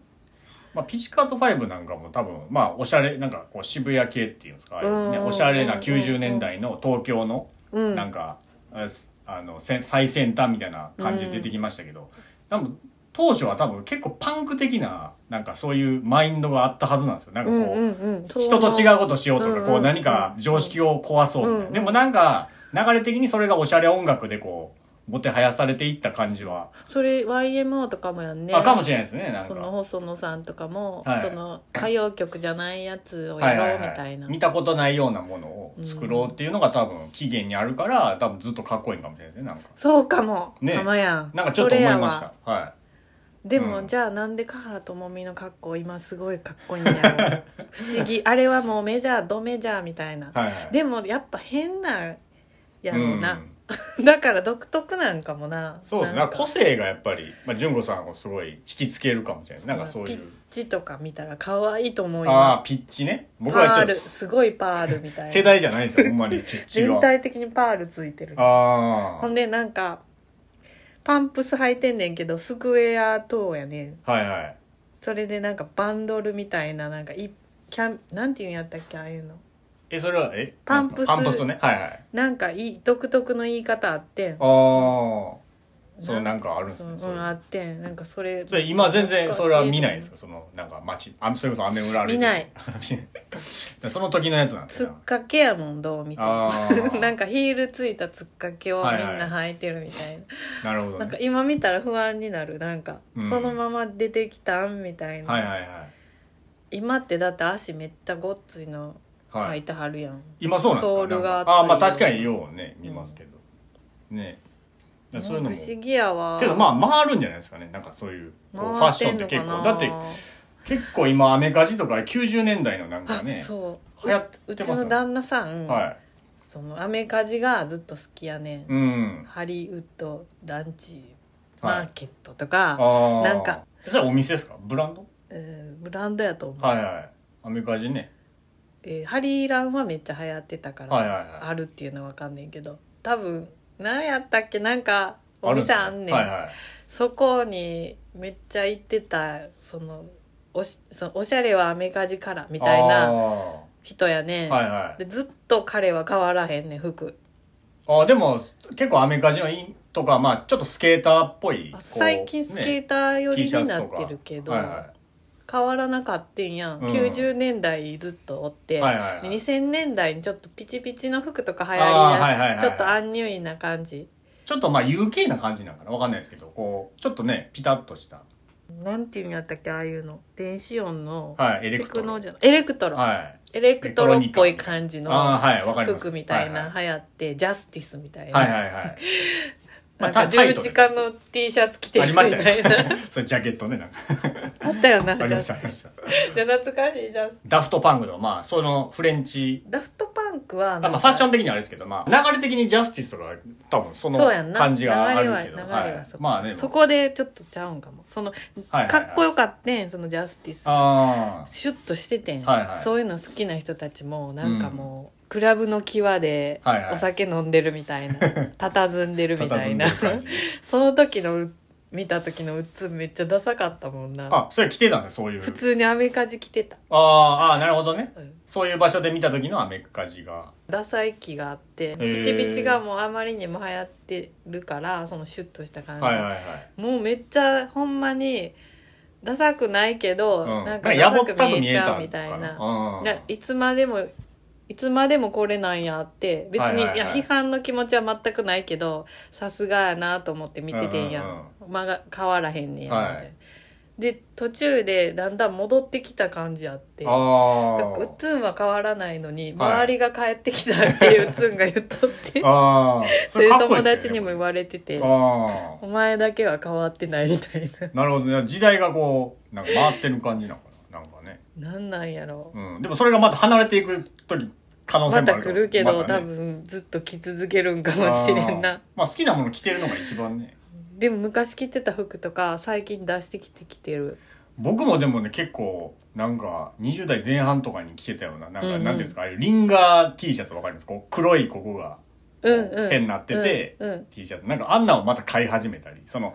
Speaker 2: まあ、ピチカート5なんかも多分まあおしゃれなんかこう渋谷系っていうんですかああいうね
Speaker 1: うん
Speaker 2: おしゃれな90年代の東京の
Speaker 1: うん
Speaker 2: なんか、あすあのせん最先端みたいな感じで出てきましたけど、多分当初は多分結構パンク的ななんかそういうマインドがあったはずなんですよなんかこう、
Speaker 1: うんうんうんそう
Speaker 2: 人と違うことしようとか、
Speaker 1: うんうん
Speaker 2: こう何か常識を壊そうみたいな、
Speaker 1: うん
Speaker 2: でもなんか流れ的にそれがおしゃれ音楽でこうもてはやされていった感じは、
Speaker 1: それ YMO とかもやんね
Speaker 2: あかもしれないですねなん
Speaker 1: そ
Speaker 2: か。
Speaker 1: の細野さんとかも、
Speaker 2: はい
Speaker 1: その歌謡曲じゃないやつを
Speaker 2: は
Speaker 1: や
Speaker 2: いは
Speaker 1: ろう
Speaker 2: い
Speaker 1: み
Speaker 2: は
Speaker 1: たい
Speaker 2: い、
Speaker 1: な、
Speaker 2: 見たことないようなものを作ろうっていうのが多分起源にあるから多分ずっとかっこいいんかもしれないですねなんか
Speaker 1: そうかも、
Speaker 2: ね
Speaker 1: ママやん
Speaker 2: なんかちょっと思いまし
Speaker 1: それやわ
Speaker 2: たはい
Speaker 1: でも、
Speaker 2: うん
Speaker 1: じゃあなんで華原朋美の格好今すごいかっこいいんやろ不思議あれはもうメジャードメジャーみたいな、
Speaker 2: はいはい
Speaker 1: でもやっぱ変なんやろうな、
Speaker 2: ん
Speaker 1: だから独特なんかもな
Speaker 2: そうですね
Speaker 1: な
Speaker 2: なんんか
Speaker 1: か
Speaker 2: 個性がやっぱり、まあ、純子さんをすごい引きつけるかもしれないなんかそうい
Speaker 1: ピ
Speaker 2: う
Speaker 1: ッチとか見たら可愛いと思うよ
Speaker 2: ああピッチね僕は
Speaker 1: パ
Speaker 2: ちょ
Speaker 1: ー
Speaker 2: っと
Speaker 1: ルすごいパールみたいな
Speaker 2: 世代じゃないんですよほん
Speaker 1: [laughs]
Speaker 2: まにピッチ
Speaker 1: 全
Speaker 2: は
Speaker 1: 体的にパールついてる
Speaker 2: ああ
Speaker 1: ほんでなんかパンプス履いてんねんけどスクエア等やねん
Speaker 2: はいはい
Speaker 1: それでなんかバンドルみたいななんかいキャンなんていうんやったっけああいうの
Speaker 2: えそれはえ
Speaker 1: パンプス
Speaker 2: なんですかパンプスねはいはい
Speaker 1: なんかいい独特の言い方あってん
Speaker 2: ああそう
Speaker 1: な
Speaker 2: なんかあるんです
Speaker 1: そう
Speaker 2: ね
Speaker 1: ん
Speaker 2: そういう
Speaker 1: あってんなんかそれ
Speaker 2: それ今全然それは見ないんですかそのなんか街あそれこそ雨裏歩いて
Speaker 1: 見
Speaker 2: る
Speaker 1: ない
Speaker 2: [laughs] その時のやつなんです
Speaker 1: つっか
Speaker 2: か
Speaker 1: けやもんどうみたいな
Speaker 2: あ
Speaker 1: [laughs]
Speaker 2: あ
Speaker 1: なんかヒールついたつっかけをみん
Speaker 2: はいはい
Speaker 1: な履いてるみたいな、
Speaker 2: なるほど
Speaker 1: なんか
Speaker 2: ね
Speaker 1: 今見たら不安になるなんか、
Speaker 2: うん
Speaker 1: そのまま出てきたんみたいな、
Speaker 2: はいはいはい
Speaker 1: 今ってだって足めっちゃごっついの
Speaker 2: は
Speaker 1: 履
Speaker 2: い
Speaker 1: いてはるやん、
Speaker 2: 今そうなんですか
Speaker 1: ソールが
Speaker 2: なんかああまあ
Speaker 1: 厚い
Speaker 2: 確かにようね見ますけど、ねだからそういうのも
Speaker 1: 不思議やわ
Speaker 2: けどまあ回るんじゃないですかねなんかそういうこうファッションって結構だって結構今アメカジとか90年代のなんかね
Speaker 1: あそう
Speaker 2: 流行ってますよね
Speaker 1: うちの旦那さん、
Speaker 2: はい
Speaker 1: そのアメカジがずっと好きやねん、
Speaker 2: うん
Speaker 1: ハリウッドランチマ
Speaker 2: はい
Speaker 1: ーケットとか、
Speaker 2: ああ
Speaker 1: なんか
Speaker 2: それはお店ですかブランド
Speaker 1: えーブランドやと思う、
Speaker 2: はいはいアメカジね
Speaker 1: えーハリーランはめっちゃ流行ってたから、
Speaker 2: はいはいはい
Speaker 1: あるっていうのはわかんねんけど多分何やったっけなんかお
Speaker 2: る
Speaker 1: 店
Speaker 2: です
Speaker 1: あんねん
Speaker 2: はいはい
Speaker 1: そこにめっちゃ行ってたそのおしそのおしゃれはアメカジからみたい
Speaker 2: あー
Speaker 1: な人やねん、
Speaker 2: はいはい
Speaker 1: でずっと彼は変わらへんねん服
Speaker 2: あーでも結構アメカジのインとかまあちょっとスケーターっぽい
Speaker 1: あ最近スケ
Speaker 2: ー
Speaker 1: ーター寄り
Speaker 2: T シャ
Speaker 1: に
Speaker 2: ツ
Speaker 1: な
Speaker 2: と
Speaker 1: っ
Speaker 2: か
Speaker 1: てるけど、
Speaker 2: はいは
Speaker 1: 変わらなかってんやん、
Speaker 2: うん
Speaker 1: 90年代ずっとおって、
Speaker 2: いはいはいはい
Speaker 1: で2000年代にちょっとピチピチの服とか流行り
Speaker 2: あーはいはいはいは
Speaker 1: だし
Speaker 2: い
Speaker 1: ちょっとアンニュイな感じ
Speaker 2: ちょっとまあ UK な感じなのかなわかんないですけどこうちょっとねピタッとした
Speaker 1: なんていうんやったっけああいうの電子音の
Speaker 2: はいエレ
Speaker 1: テ
Speaker 2: クト
Speaker 1: クノ
Speaker 2: ロ
Speaker 1: じゃないエレクトロ、
Speaker 2: はい
Speaker 1: エレクトロっぽい感じの
Speaker 2: ああはいわかります
Speaker 1: 服みたい
Speaker 2: は
Speaker 1: な流行ってジャスティスみたい
Speaker 2: はい
Speaker 1: な
Speaker 2: はいはいま
Speaker 1: な
Speaker 2: あ
Speaker 1: んか
Speaker 2: タタイ
Speaker 1: 十
Speaker 2: ト
Speaker 1: 字
Speaker 2: ル
Speaker 1: 架の T シャツ着て
Speaker 2: あ
Speaker 1: る
Speaker 2: り
Speaker 1: み
Speaker 2: ましたよ
Speaker 1: たいな
Speaker 2: ね [laughs] それジャケットねなんか
Speaker 1: [laughs] あったよな
Speaker 2: あり
Speaker 1: ジャ
Speaker 2: まし
Speaker 1: ス
Speaker 2: たありました
Speaker 1: じゃあ懐かしいジャス
Speaker 2: ダフトパンクとかまあそのフレンチ
Speaker 1: ダフトパンクは
Speaker 2: あまあファッショ
Speaker 1: ン
Speaker 2: ン的にはあれですけどまあ流れ的にジャスティスとか多分その
Speaker 1: そうやんな
Speaker 2: 感じがあるけど
Speaker 1: 流れは流れは
Speaker 2: はい
Speaker 1: そこ
Speaker 2: まあね
Speaker 1: そこでちょっとちゃうんかもその
Speaker 2: はいはいはい
Speaker 1: かっこよかってんそのジャスティス
Speaker 2: あ
Speaker 1: シュッとしててん、
Speaker 2: はいはい
Speaker 1: そういうの好きな人たちもなんかもう、クラブの際で
Speaker 2: はいはい
Speaker 1: お酒飲んでるみたい
Speaker 2: [laughs]
Speaker 1: な、佇んで
Speaker 2: あ
Speaker 1: るみたいな [laughs] その時のう見た時のうっつんめっちゃダサかったもんな
Speaker 2: あそれ着てたんですそういう
Speaker 1: 普通にアメカジ着てた、
Speaker 2: ああああなるほどね
Speaker 1: うん
Speaker 2: そういう場所で見た時のアメカジが
Speaker 1: ダサい気があってピチ
Speaker 2: ー
Speaker 1: ピチがもうあまりにも流行ってるからそのシュッとした感じ、
Speaker 2: はいはいはい
Speaker 1: もうめっちゃほんまにダサくないけど、
Speaker 2: うん
Speaker 1: なん
Speaker 2: な
Speaker 1: か
Speaker 2: んか
Speaker 1: ダ
Speaker 2: やぼ
Speaker 1: サ
Speaker 2: った
Speaker 1: く
Speaker 2: く
Speaker 1: 見
Speaker 2: 見
Speaker 1: え
Speaker 2: え
Speaker 1: ち
Speaker 2: た
Speaker 1: ゃう
Speaker 2: の
Speaker 1: みたい
Speaker 2: か
Speaker 1: な
Speaker 2: なうん
Speaker 1: だいつまでもいつまでもこれなんやって別に、
Speaker 2: はいいはいはい
Speaker 1: や批判の気持ちは全くないけどさすがやなと思って見ててんや、
Speaker 2: うんんうん
Speaker 1: まが変わらへんねやみたいな、
Speaker 2: はい
Speaker 1: で途中でだんだん戻ってきた感じあってだからうっ
Speaker 2: あ
Speaker 1: つんは変わらないのに
Speaker 2: はい
Speaker 1: 周りが帰ってきたっていううっつんが言っとって
Speaker 2: あ
Speaker 1: [laughs]
Speaker 2: ああ
Speaker 1: そういう友達にも言われてて
Speaker 2: あ
Speaker 1: 「お前だけは変わってない」みたいな
Speaker 2: あなるほどね時代がこうなんか回ってる感じなのかななんかね
Speaker 1: なんなんやろ
Speaker 2: うん、でもそれがまた離れていく時可能性
Speaker 1: ま
Speaker 2: もあ
Speaker 1: た
Speaker 2: る
Speaker 1: 来るけど、
Speaker 2: また
Speaker 1: 多
Speaker 2: ね
Speaker 1: 分ずっと着続けるんかもしれん
Speaker 2: あー
Speaker 1: な
Speaker 2: まあ好きなもの着てるのが一番ね
Speaker 1: でも昔着てた服とか最近出してきてきてる
Speaker 2: 僕もでもね結構なんか20代前半とかに着てたようななんか
Speaker 1: うん
Speaker 2: な
Speaker 1: うん
Speaker 2: んていうんですか、ああいうリンガー T シャツわかりますこう黒いここが
Speaker 1: うんうん
Speaker 2: 線になってて、
Speaker 1: うんうん
Speaker 2: T シャツなんかあんなをまた買い始めたりその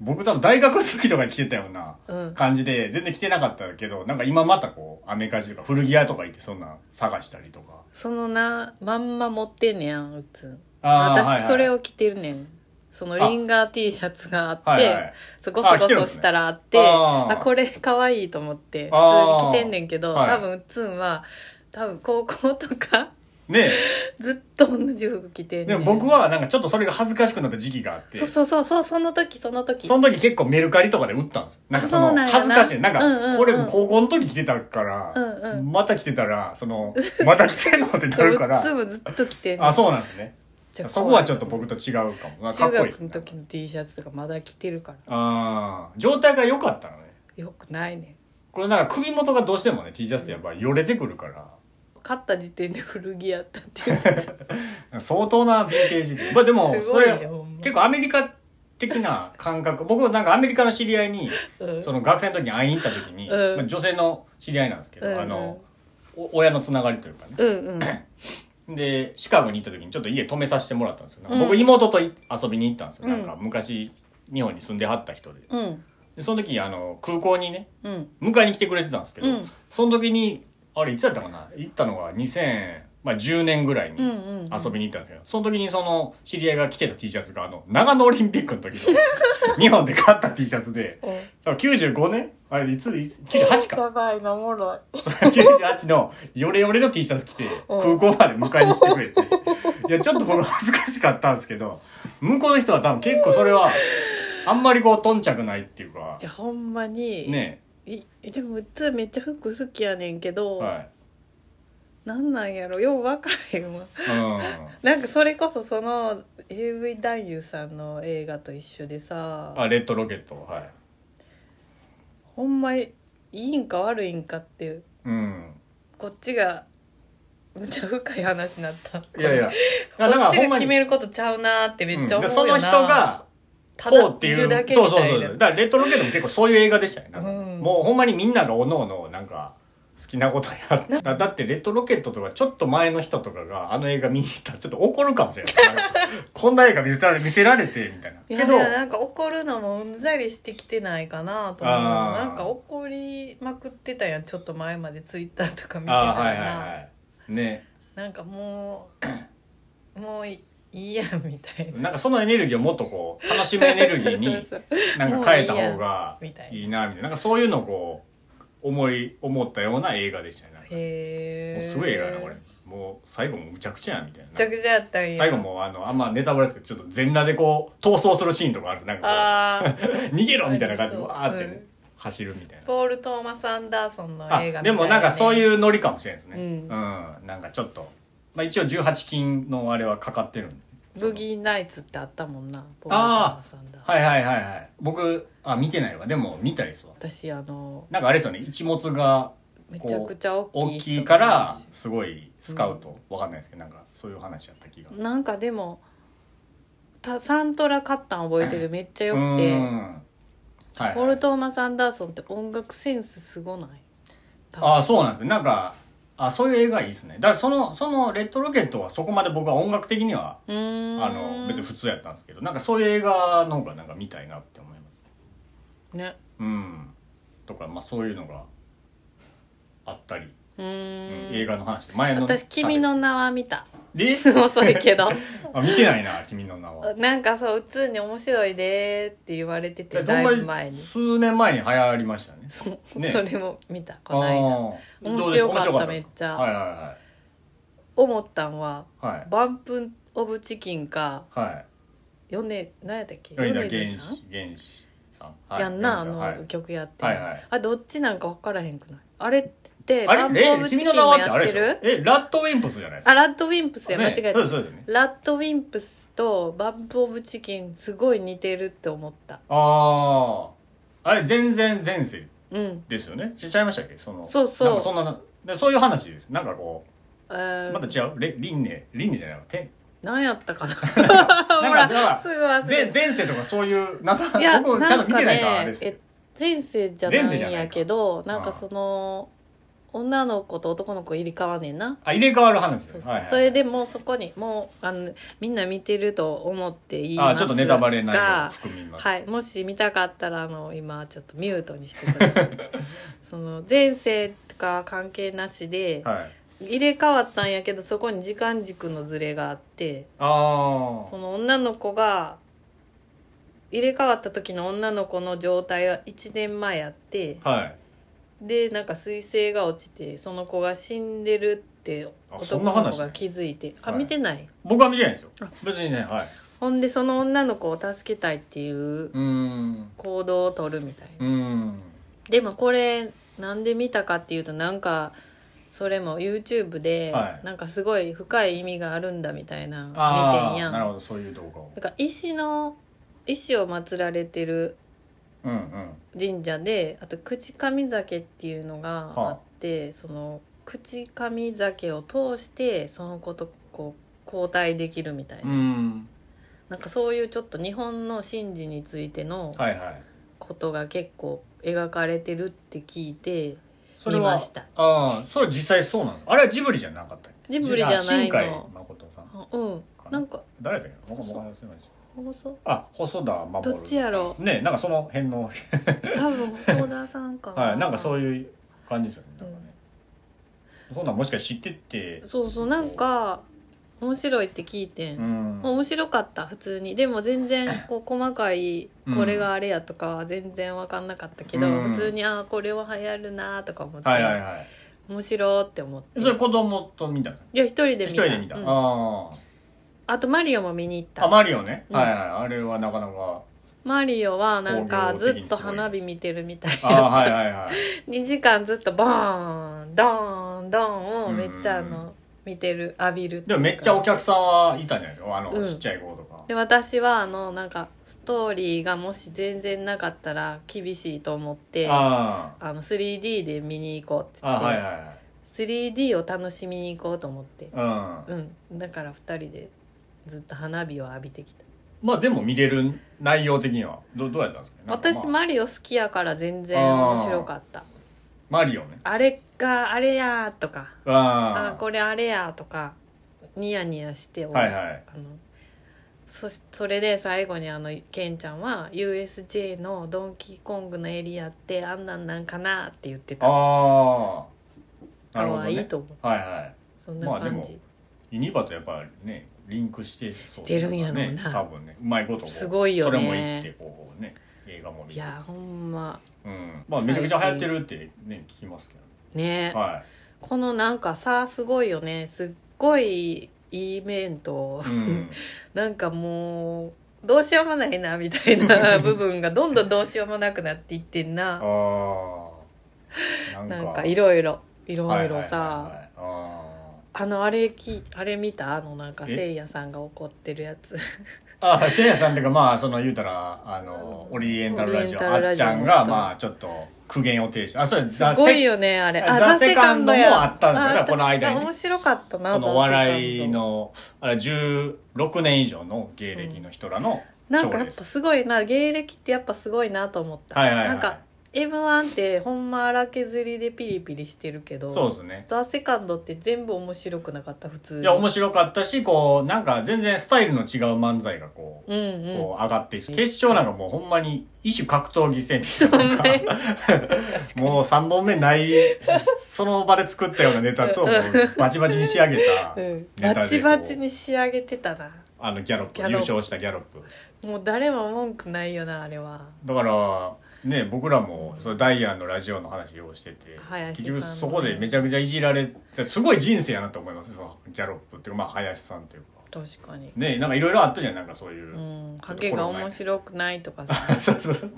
Speaker 2: 僕多分大学の時とかに着てたような
Speaker 1: うん
Speaker 2: 感じで全然着てなかったけどなんか今またこうアメカジとか古着屋とか行ってそんなん探したりとか
Speaker 1: そのなまんま持ってんねやんうつん
Speaker 2: あーはいは
Speaker 1: 私
Speaker 2: い
Speaker 1: それを着てるねん、そのリンガー T シャツがあって
Speaker 2: はいはい
Speaker 1: そこそ
Speaker 2: あ着
Speaker 1: こ
Speaker 2: てるん
Speaker 1: そ
Speaker 2: ですね
Speaker 1: したらあって
Speaker 2: あ
Speaker 1: あ
Speaker 2: ー
Speaker 1: これ可愛いと思って普
Speaker 2: あ
Speaker 1: 通に着
Speaker 2: ー
Speaker 1: てんねんけど、
Speaker 2: はい
Speaker 1: 多分うつんは多分高校とか [laughs]
Speaker 2: ねえ
Speaker 1: ずっと同じ服着てんね
Speaker 2: で
Speaker 1: ん
Speaker 2: も僕はなんかちょっとそれが恥ずかしくなった時期があって
Speaker 1: そうそうそうそうその時その時
Speaker 2: その時結構メルカリとかで売ったんですよなんかそ
Speaker 1: あそう
Speaker 2: の
Speaker 1: なんやな
Speaker 2: 恥ずかしいなん
Speaker 1: うんうんう
Speaker 2: か
Speaker 1: ん
Speaker 2: これも高校の時着てたから、
Speaker 1: うんうん
Speaker 2: また着てたらその [laughs] また着てんのってな
Speaker 1: でう
Speaker 2: る
Speaker 1: [laughs]
Speaker 2: か
Speaker 1: つん
Speaker 2: ら
Speaker 1: もずっと着てんねん
Speaker 2: あそうなんですね
Speaker 1: じゃあ
Speaker 2: そこはちょっと僕と違うかもか
Speaker 1: 中
Speaker 2: っこいいで
Speaker 1: 学
Speaker 2: すね
Speaker 1: の時の T シャツとかまだ着てるから
Speaker 2: ああ状態が良かったのね
Speaker 1: よくないね
Speaker 2: これなんか首元がどうしてもね T シャツってやっぱよれてくるから
Speaker 1: 買った時点で古着やったって言ってた
Speaker 2: 相当なヴィンテージでまあでも
Speaker 1: [laughs] す
Speaker 2: そ
Speaker 1: ごいよ
Speaker 2: れ
Speaker 1: ほんま
Speaker 2: 結構アメリカ的な感覚僕もなんかアメリカの知り合いに [laughs]
Speaker 1: うん
Speaker 2: その学生の時に会いに行った時に、
Speaker 1: うん
Speaker 2: まあ、女性の知り合いなんですけど、
Speaker 1: うん
Speaker 2: あのお親のつながりというかね
Speaker 1: うんうん
Speaker 2: でシカゴに行った時にちょっと家泊めさせてもらったんですよなんか
Speaker 1: う
Speaker 2: 僕
Speaker 1: ん
Speaker 2: 妹とい遊びに行ったんですよ、
Speaker 1: うん
Speaker 2: なんか昔日本に住んではった人で
Speaker 1: うん
Speaker 2: でその時あの空港にね
Speaker 1: うん
Speaker 2: 迎えに来てくれてたんですけど、
Speaker 1: うん
Speaker 2: その時にあれいつやったかな行ったのが2010年ぐらいに
Speaker 1: うん
Speaker 2: 遊
Speaker 1: うん
Speaker 2: びに行ったんですけど、その時にその知り合いが着てた T シャツがあの長野オリンピックの時の日本で買った T シャツで。
Speaker 1: うん
Speaker 2: だから95年あれいついつ98か
Speaker 1: やばいなおもろい
Speaker 2: 98のヨレヨレの T シャツ着て
Speaker 1: うん
Speaker 2: 空港まで迎えに来てく
Speaker 1: [laughs]
Speaker 2: れていやちょっと僕恥ずかしかったんですけど向こうの人は多分結構それはあんまりこう頓着ないっていうか
Speaker 1: じゃあほんまに、
Speaker 2: ね
Speaker 1: いでもうつめっちゃ服好きやねんけど、
Speaker 2: は
Speaker 1: なんなんやろよう分からへんわ [laughs]
Speaker 2: いうん
Speaker 1: なんかそれこそその AV 男優さんの映画と一緒でさ
Speaker 2: あレッドロケットはい
Speaker 1: ほんまいいんか悪いんかっていう
Speaker 2: うん
Speaker 1: こっちがむちゃ深い話になった
Speaker 2: いやいやいや
Speaker 1: こっちが決
Speaker 2: る
Speaker 1: めることちゃうなーってめっちゃ思うよな、
Speaker 2: その人が
Speaker 1: ただ
Speaker 2: こうってい
Speaker 1: 見る
Speaker 2: う
Speaker 1: だけ
Speaker 2: そう
Speaker 1: み
Speaker 2: そう
Speaker 1: た
Speaker 2: そ
Speaker 1: いうな
Speaker 2: そうだからレッドロケットも結構そういう映画でしたよなんか
Speaker 1: うん
Speaker 2: もうほんまにみんながおのおのなんか好きなことやっただだってレッドロケットとかちょっと前の人とかがあの映画見に行ったらちょっと怒るかもしれないこんな映画見せられ見せられてみたいないけ
Speaker 1: や
Speaker 2: ど
Speaker 1: でもなんか怒るのもうんざりしてきてないかなと思う
Speaker 2: あー
Speaker 1: なんか怒りまくってたやんちょっと前までツイッターとか見てたら
Speaker 2: ああはいはいはいね
Speaker 1: なんかもうもういいやんみたいな
Speaker 2: なんかそのエネルギーをもっとこう楽しむエネルギ
Speaker 1: [laughs] そう
Speaker 2: ーに
Speaker 1: そうそう
Speaker 2: なんか変えた方が
Speaker 1: みたいない
Speaker 2: いなみたいななんかそういうのをこう思い思ったような映画でしたねなんか
Speaker 1: へ
Speaker 2: もう
Speaker 1: え
Speaker 2: すごい映画やなこれもう最後もうむちゃくちゃやみたいな
Speaker 1: めちゃくちゃやったんや
Speaker 2: 最後もうあのあんまネタバレですけどちょっと全裸でこう逃走するシーンとかあるんですなんか
Speaker 1: ああ
Speaker 2: こう逃げろみたいな感じで
Speaker 1: そう
Speaker 2: わーってね、
Speaker 1: うん
Speaker 2: 走るみたいな
Speaker 1: ポール・トーマス・アンダーソンの映画
Speaker 2: あでもなんかそう
Speaker 1: う
Speaker 2: いうノリかもしれないですね
Speaker 1: うん
Speaker 2: うん、なんかちょっと、まあ、一応18金のあれはかかってるんで
Speaker 1: ブギー・ナイツってあったもんなポール・トー
Speaker 2: あー
Speaker 1: マス・アンダーソン
Speaker 2: はいはいはいはい僕あ見てないわでも見たいですわ
Speaker 1: 私あの
Speaker 2: なんかあれですよね一物が
Speaker 1: めちゃくちゃ大きい
Speaker 2: 大
Speaker 1: 人
Speaker 2: きいからすごいスカウト、わかんないですけどなんかそういう話やった気が
Speaker 1: なんかでもたサントラ買ったん覚えてるめっちゃよく
Speaker 2: う
Speaker 1: て
Speaker 2: んはいはい
Speaker 1: ポール・トーマス・アンダーソンって音楽センスすごない多分
Speaker 2: ああそうなんですねなんかあそういう映画いいですねだからそのその「レッドロケット」はそこまで僕は音楽的には
Speaker 1: うーん
Speaker 2: あの別に普通やったんですけどなんかそういう映画の方がなんか見たいなって思います
Speaker 1: ね
Speaker 2: うんとかまあそういうのがあったり、
Speaker 1: う
Speaker 2: うん
Speaker 1: ーん
Speaker 2: 映画の話前のね、
Speaker 1: 私「君の名は」見た
Speaker 2: で
Speaker 1: [laughs] 遅いけど
Speaker 2: あ見てないな「君の
Speaker 1: [laughs]
Speaker 2: 名は」
Speaker 1: なんかそう普通に面白いでーって言われてて
Speaker 2: ど
Speaker 1: だ
Speaker 2: ん
Speaker 1: い
Speaker 2: ぐらい
Speaker 1: ぶ前に
Speaker 2: 数年前に流行りましたね
Speaker 1: そ,、
Speaker 2: ね
Speaker 1: それも見たこの間
Speaker 2: あー
Speaker 1: 面
Speaker 2: どうです
Speaker 1: 白かった
Speaker 2: です
Speaker 1: めっちゃ
Speaker 2: はいは
Speaker 1: 思ったんはい
Speaker 2: はい
Speaker 1: 「バンプ・オブ・チキン」か
Speaker 2: はいはい
Speaker 1: 米何やったっけ
Speaker 2: 米田
Speaker 1: 米津
Speaker 2: 原
Speaker 1: さん
Speaker 2: 始原始さん、はい
Speaker 1: やんな、
Speaker 2: 米田
Speaker 1: あ
Speaker 2: は
Speaker 1: の
Speaker 2: い
Speaker 1: 曲やって、
Speaker 2: はいはい
Speaker 1: あどっちなんか分からへんくないあれって
Speaker 2: あ
Speaker 1: バンプ・
Speaker 2: れ
Speaker 1: オ
Speaker 2: え
Speaker 1: ブ・チキ
Speaker 2: 君
Speaker 1: ンも
Speaker 2: の名はって
Speaker 1: や
Speaker 2: あ
Speaker 1: っ
Speaker 2: れ
Speaker 1: て
Speaker 2: でしょ
Speaker 1: る
Speaker 2: えラッドウィンプスじゃないです
Speaker 1: あ
Speaker 2: か
Speaker 1: ラッドウィンプスや、
Speaker 2: ね
Speaker 1: 間違え
Speaker 2: そう
Speaker 1: た
Speaker 2: ですそうですよね
Speaker 1: ラッドウィンプスとバンプ・オブ・チキンすごい似てるって思った
Speaker 2: あああれ全然前世
Speaker 1: うん
Speaker 2: ですよねしちゃいましたっけその
Speaker 1: そうそう
Speaker 2: なんかそんなでそういう話ですなんかこ
Speaker 1: え
Speaker 2: う
Speaker 1: ー、
Speaker 2: また違うれ輪廻輪廻じゃないわ天
Speaker 1: 何やったかな
Speaker 2: [laughs] ん
Speaker 1: ほ
Speaker 2: かだから
Speaker 1: らすぐ忘れ
Speaker 2: 前
Speaker 1: て
Speaker 2: 前世とかそういうなんか
Speaker 1: いや
Speaker 2: 僕もちゃんと見てないからあ
Speaker 1: なんかね
Speaker 2: れですけど
Speaker 1: え前世じゃ
Speaker 2: 前
Speaker 1: な
Speaker 2: 世
Speaker 1: い
Speaker 2: じゃ
Speaker 1: ん
Speaker 2: ないか
Speaker 1: やけどなん
Speaker 2: ああ
Speaker 1: かその女の子と男の子入れ替わんねんな
Speaker 2: あ入れ替わる話です
Speaker 1: そ
Speaker 2: ね
Speaker 1: うそう
Speaker 2: はいはい
Speaker 1: それでもうそこにもうあのみんな見てると思って言います
Speaker 2: あちょっとネタバレないよう
Speaker 1: が
Speaker 2: 含みます
Speaker 1: はい、もし見たかったらあの今ちょっとミュートにしてくだ
Speaker 2: [laughs]
Speaker 1: さいその前世とか関係なしで、
Speaker 2: はい
Speaker 1: 入れ替わったんやけどそこに時間軸のズレがあって
Speaker 2: あ
Speaker 1: その女の子が入れ替わった時の女の子の状態は1年前やって
Speaker 2: あはい
Speaker 1: でなんか彗星が落ちてその子が死んでるって
Speaker 2: あ
Speaker 1: 男
Speaker 2: そんな
Speaker 1: の
Speaker 2: 話
Speaker 1: 子が気づいてあ
Speaker 2: はい
Speaker 1: 見てない
Speaker 2: 僕は見てないですよ
Speaker 1: あ
Speaker 2: 別にねはい
Speaker 1: ほんでその女の子を助けたいっていう
Speaker 2: うーん
Speaker 1: 行動を取るみたいうな
Speaker 2: ーん
Speaker 1: でもこれなんで見たかっていうとなんかそれも YouTube で
Speaker 2: はい
Speaker 1: なんかすごい深い意味があるんだみたいな見て
Speaker 2: あ
Speaker 1: んや
Speaker 2: あ
Speaker 1: ん
Speaker 2: なるほどそういう動画を
Speaker 1: なんか石の石を祀られてる
Speaker 2: うんうん
Speaker 1: 神社であと口上酒っていうのが
Speaker 2: はあ
Speaker 1: あって、その口上酒を通してその子とこう交代できるみたいうな,、
Speaker 2: ん
Speaker 1: なんかそういうちょっと日本の神事についての
Speaker 2: はいはい
Speaker 1: ことが結構描かれてるって聞いて
Speaker 2: それは
Speaker 1: 見ました
Speaker 2: ああそれは実際そうなのあれはジブリじゃなかったっけ
Speaker 1: ジブリじゃないの
Speaker 2: あ新海誠さん
Speaker 1: あうんなんか
Speaker 2: 誰だっけ僕も忘れました
Speaker 1: 放送
Speaker 2: あ細田守
Speaker 1: どっちやろ
Speaker 2: ねなんかその辺の
Speaker 1: う多分細田さんか
Speaker 2: [laughs] はいなんか
Speaker 1: う
Speaker 2: そういう感じですよねなんかねそんなんもしかして知ってて
Speaker 1: そうそうなんか面白いって聞いてん
Speaker 2: うん
Speaker 1: 面白かった普通にでも全然こう細かい
Speaker 2: うん
Speaker 1: これがあれやとかは全然分かんなかったけど、
Speaker 2: うん
Speaker 1: 普通にああこれは流行るなとか思って、
Speaker 2: はいはいはい
Speaker 1: 面白いって思って
Speaker 2: それ子供と見たんですか
Speaker 1: いや一人で見た
Speaker 2: 一人で見た、
Speaker 1: うんあ
Speaker 2: あ
Speaker 1: とマリオも見に行っ
Speaker 2: ああ
Speaker 1: た
Speaker 2: マリオね、
Speaker 1: うん
Speaker 2: はいはいあれはなかなか
Speaker 1: マリオはなんか
Speaker 2: 興行的にすごい
Speaker 1: ずっと花火見てるみたい
Speaker 2: ああはい
Speaker 1: [laughs]
Speaker 2: はいはい
Speaker 1: 2時間ずっとバーンドーンドーンをめっちゃあ
Speaker 2: う
Speaker 1: の見てる浴びるってい
Speaker 2: で
Speaker 1: うか
Speaker 2: もめっちゃお客さんはいたんじゃないですかあの、
Speaker 1: うん
Speaker 2: ちっちゃい子とか
Speaker 1: で私はあのなんかストーリーがもし全然なかったら厳しいと思って
Speaker 2: あ
Speaker 1: あの 3D で見に行こうっつ
Speaker 2: あ
Speaker 1: って
Speaker 2: あはいはいはい
Speaker 1: 3D を楽しみに行こうと思って
Speaker 2: うん
Speaker 1: うんだから2人でずっと花火を浴びてきた
Speaker 2: まあでも見れる内容的にはどどうやったんですか,、なんかまあ
Speaker 1: 私マリオ好きやから全然面白かった
Speaker 2: マリオね
Speaker 1: あれがあれやーとかあ
Speaker 2: あ
Speaker 1: ーこれあれやーとかニヤニヤして、
Speaker 2: はいはい
Speaker 1: あのそしそれで最後にあのケンちゃんは USJ のドンキーコングのエリアってあんなんなんかなって言ってた
Speaker 2: ああな
Speaker 1: 可
Speaker 2: るほど、ね、
Speaker 1: 愛いと思う
Speaker 2: はいは
Speaker 1: そんな感じ、
Speaker 2: まあでもいユニバとやっぱりねリンクしてそ
Speaker 1: し
Speaker 2: う
Speaker 1: てるんやろうな
Speaker 2: ね多分ねうまいことこう
Speaker 1: すごいよね
Speaker 2: それもいってこうね映画も見
Speaker 1: い
Speaker 2: て
Speaker 1: やほんま
Speaker 2: うん、まあめちゃくちゃ流行ってるってね聞きますけ
Speaker 1: ね
Speaker 2: ど、は
Speaker 1: このなんかさすごいよねすっごいいい面と
Speaker 2: い、うん、
Speaker 1: [laughs] なんかもうどうしようもないなみたい
Speaker 2: [laughs]
Speaker 1: な部分がどんどんどうしようもなくなっていってんな
Speaker 2: ああな
Speaker 1: なんかいろいろいろいろさ
Speaker 2: はいはいはいはい
Speaker 1: あのあれきあれ見たあのなんか
Speaker 2: え
Speaker 1: せいやさんが怒ってるやつ
Speaker 2: あああせいやさんっていうかまあその言うたらあのオリエンタルラジ
Speaker 1: オ
Speaker 2: オ
Speaker 1: リエンタル
Speaker 2: あ
Speaker 1: ラ
Speaker 2: っ
Speaker 1: ジ
Speaker 2: ち
Speaker 1: オの
Speaker 2: ゃ
Speaker 1: 人
Speaker 2: んがまあちょっと苦言を呈してあそれ
Speaker 1: すごい
Speaker 2: セ
Speaker 1: よねあれ
Speaker 2: あザセカンドもあったんだよ
Speaker 1: あ
Speaker 2: だからこの間にね
Speaker 1: あ面白かったな
Speaker 2: そのお
Speaker 1: ザセカンド
Speaker 2: 笑いのあれ16年以上の芸歴の人らの
Speaker 1: なん
Speaker 2: 賞
Speaker 1: かやっ
Speaker 2: で
Speaker 1: ぱ
Speaker 2: す、
Speaker 1: すごいな芸歴ってやっぱすごいなと思った、
Speaker 2: はいはいはい
Speaker 1: なんか m 1ってほんま荒削りでピリピリしてるけど
Speaker 2: そうですね
Speaker 1: ザ・セカンドって全部面白くなかった普通に
Speaker 2: いや面白かったしこうなんか全然スタイルの違う漫才がこう,、
Speaker 1: うんうん
Speaker 2: こう上がってきて決勝なんかもうほんまに異種格闘技戦っていうか
Speaker 1: ほんまに
Speaker 2: [laughs] もう3本目ないその場で作ったようなネタ
Speaker 1: う
Speaker 2: と
Speaker 1: ん
Speaker 2: もうバチバチに仕上げた
Speaker 1: うん
Speaker 2: ネ
Speaker 1: バ
Speaker 2: タ
Speaker 1: チ
Speaker 2: でこ
Speaker 1: バ
Speaker 2: う
Speaker 1: チに仕上げてたな
Speaker 2: あのギャロップ
Speaker 1: ギャロップ
Speaker 2: 優勝したギャロップ
Speaker 1: もう誰も文句ないよなあれは
Speaker 2: だからね僕らもそのダイアンのラジオの話をしてて
Speaker 1: 林
Speaker 2: 結
Speaker 1: さんの
Speaker 2: 局そこでめちゃくちゃいじられてすごい人生やなと思いますそのギャロップっていうかまあ林さんっていうか
Speaker 1: 確かに
Speaker 2: ねなんかいろいろあったじゃんなんかそういうう、
Speaker 1: んハゲが面白くないとかさ、
Speaker 2: [laughs] そうそう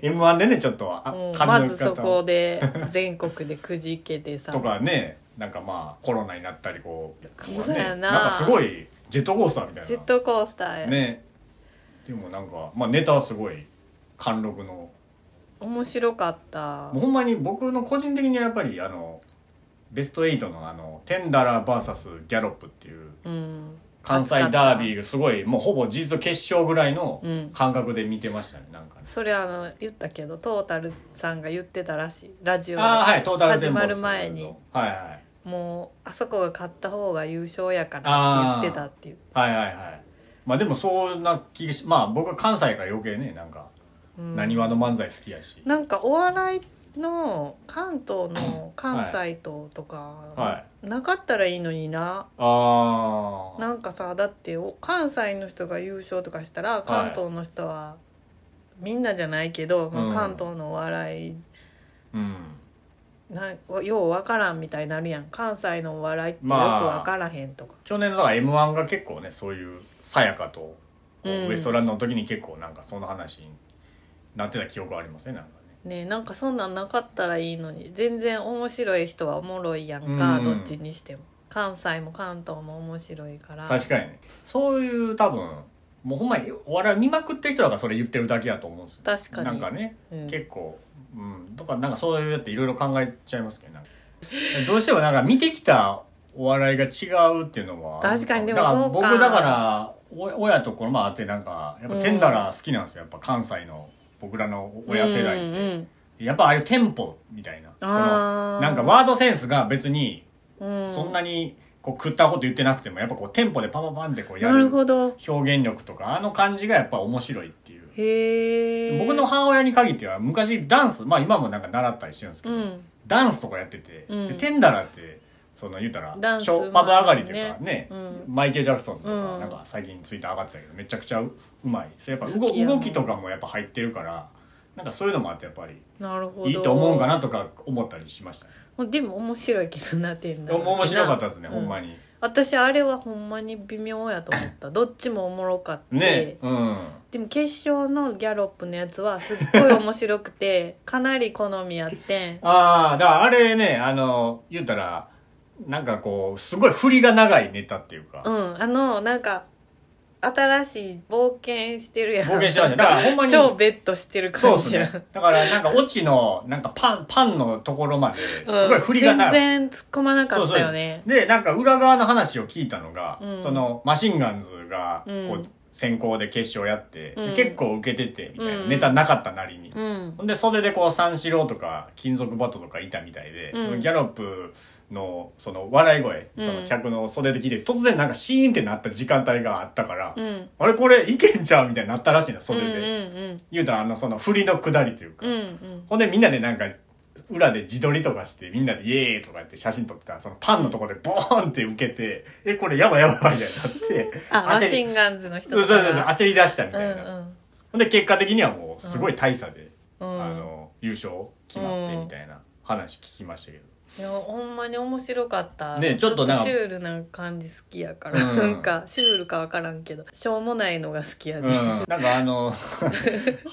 Speaker 2: m 1でねちょっとあ
Speaker 1: うん、ま
Speaker 2: 髪の
Speaker 1: ず
Speaker 2: 毛型
Speaker 1: そこで全国でくじけてさ
Speaker 2: とかねなんかまあコロナになったりこう
Speaker 1: そうやな
Speaker 2: なんかすごいジェットコースターみたいな
Speaker 1: ジェットコースターや、
Speaker 2: ねでもなんか、まあ、ネタはすごい貫禄の
Speaker 1: 面白かった
Speaker 2: もうほんまに僕の個人的にはやっぱりあのベスト8のあのテンダラー VS ギャロップっていう
Speaker 1: うん
Speaker 2: 関西ダービーがすごいもうほぼ事実上決勝ぐらいの
Speaker 1: うん
Speaker 2: 感覚で見てましたねなんかね
Speaker 1: それあの言ったけどトータルさんが言ってたらしいラジオで
Speaker 2: ああはいトータル
Speaker 1: 始まる前に
Speaker 2: はいはい
Speaker 1: もうあそこが勝った方が優勝やからって言ってたっていう
Speaker 2: はいはいはいまあでもそんな気がしまあ僕は関西から余計ねなんか
Speaker 1: うん
Speaker 2: なにわの漫才好きやし、
Speaker 1: なんかお笑いの関東の関西ととか、
Speaker 2: は
Speaker 1: なかったらいいのにな
Speaker 2: ああ
Speaker 1: なんかさだってお関西の人が優勝とかしたら関東の人は、みんなじゃないけど、まあ
Speaker 2: うん
Speaker 1: 関東のお笑い
Speaker 2: うん
Speaker 1: なようわからんみたいになるやん関西のお笑いってよく
Speaker 2: まあ
Speaker 1: わからへんとか、
Speaker 2: 去年のだから m 1が結構ねそういうさやかとこう
Speaker 1: うん
Speaker 2: ウエストランドの時に結構なんかその話になってた記憶はありますねなんかね
Speaker 1: ねえなんかそんなんなかったらいいのに全然面白い人はおもろいやんか、
Speaker 2: うん
Speaker 1: どっちにしても関西も関東も面白いから
Speaker 2: 確かにねそういう多分もうほんまにお笑い見まくってる人らがそれ言ってるだけやと思うんですよ
Speaker 1: 確かに
Speaker 2: なんかね
Speaker 1: うん
Speaker 2: 結構うんとかなんかそういうやっていろいろ考えちゃいますけどなんかどうしてもなんか見てきたお笑いが違うっていうのは
Speaker 1: 確かにでも
Speaker 2: だら
Speaker 1: そうか
Speaker 2: 僕だからお親とこの前あってなんかやっぱテンダラー好きなんですよ、やっぱ関西の僕らの親世代って、
Speaker 1: うんうん
Speaker 2: やっぱああいうテンポみたいなその
Speaker 1: あー
Speaker 2: なんかワードセンスが別に
Speaker 1: うん
Speaker 2: そんなにこう食ったこと言ってなくてもやっぱこうテンポでパパパンってこうや
Speaker 1: なる
Speaker 2: る
Speaker 1: ほど
Speaker 2: 表現力とかあの感じがやっぱ面白いっていう
Speaker 1: へえ
Speaker 2: 僕の母親に限っては昔ダンスまあ今もなんか習ったりしてるんですけ
Speaker 1: う
Speaker 2: ど、
Speaker 1: ん
Speaker 2: ダンスとかやってて、
Speaker 1: うん
Speaker 2: でテンダラーってその言うたら
Speaker 1: ダンス
Speaker 2: ショーパブ上がりというか
Speaker 1: うまい
Speaker 2: ね
Speaker 1: うん
Speaker 2: マイケル・ジャクソンとか
Speaker 1: うん
Speaker 2: なんか最近ツイッター上がってたけどめちゃくちゃうまいそれやっ
Speaker 1: 好
Speaker 2: ぱ動
Speaker 1: きやな
Speaker 2: 動きとかもやっぱ入ってるからなんかそういうのもあってやっぱり
Speaker 1: なるほど
Speaker 2: いいと思うんかなとか思ったりしましたね、
Speaker 1: でも面白いけどなっていう
Speaker 2: でも面白かったですね、ほんま
Speaker 1: に
Speaker 2: に
Speaker 1: 私あれはほんまに微妙やと思
Speaker 2: [laughs]
Speaker 1: ったどっちもおもろかって、
Speaker 2: ねうん
Speaker 1: でも決勝のギャロップのやつはすっごい面白く
Speaker 2: [laughs]
Speaker 1: てかなり好みやってん
Speaker 2: ああだからあれねあの言うたらなんかこうすごい振りが長いネタっていうか、
Speaker 1: うんあのなんか新しい冒険してるやん
Speaker 2: 冒険してましただからほんまに
Speaker 1: 超ベッドしてる
Speaker 2: そう
Speaker 1: 感
Speaker 2: っす
Speaker 1: じやん
Speaker 2: ね。だから、なんか、オチの、なんか、パン、パンのところまで、
Speaker 1: うん
Speaker 2: すごい振りが長い。
Speaker 1: 全然突っ込まなかったよね
Speaker 2: で、なんか、裏側の話を聞いたのが、
Speaker 1: うん
Speaker 2: その、マシンガンズが、こう、
Speaker 1: うん
Speaker 2: 先行で決勝やって、
Speaker 1: うん
Speaker 2: 結構受けてて、みたいな、
Speaker 1: うん
Speaker 2: ネタなかったなりに。
Speaker 1: うん
Speaker 2: ほんで、袖でこう、三四郎とか、金属バットとかいたみたいで、
Speaker 1: うん
Speaker 2: そのギャロップの、その、笑い声、
Speaker 1: うん
Speaker 2: その、客の袖で聞いて、突然なんか、シーンってなった時間帯があったから、
Speaker 1: うん
Speaker 2: あれこれ、いけんちゃうみたいになったらしいな、袖で。
Speaker 1: うん
Speaker 2: 言うたら、あの、その、振りの下りというか、
Speaker 1: うんうんうん
Speaker 2: ほんでみんなでなんか裏で自撮りとかしてみんなで「イエーイ!」とかやって写真撮ってたらそのパンのところでボーンって受けて「えこれやばいやばい」みたいになって
Speaker 1: あマシ
Speaker 2: り
Speaker 1: ンガンズの人
Speaker 2: そうそうそう焦り出したみ
Speaker 1: う
Speaker 2: たいな、
Speaker 1: ん
Speaker 2: ほんで結果的にはもうすごい大差で、
Speaker 1: うんうん
Speaker 2: あの優勝決まってみたいな話聞きましたけど、
Speaker 1: いやほんまに面白かった
Speaker 2: ねちょっとなんか
Speaker 1: シュールな感じ好きやから、
Speaker 2: うん
Speaker 1: なんかシュールかわからんけどしょうもないのが好きや
Speaker 2: う
Speaker 1: で、
Speaker 2: んなんかあの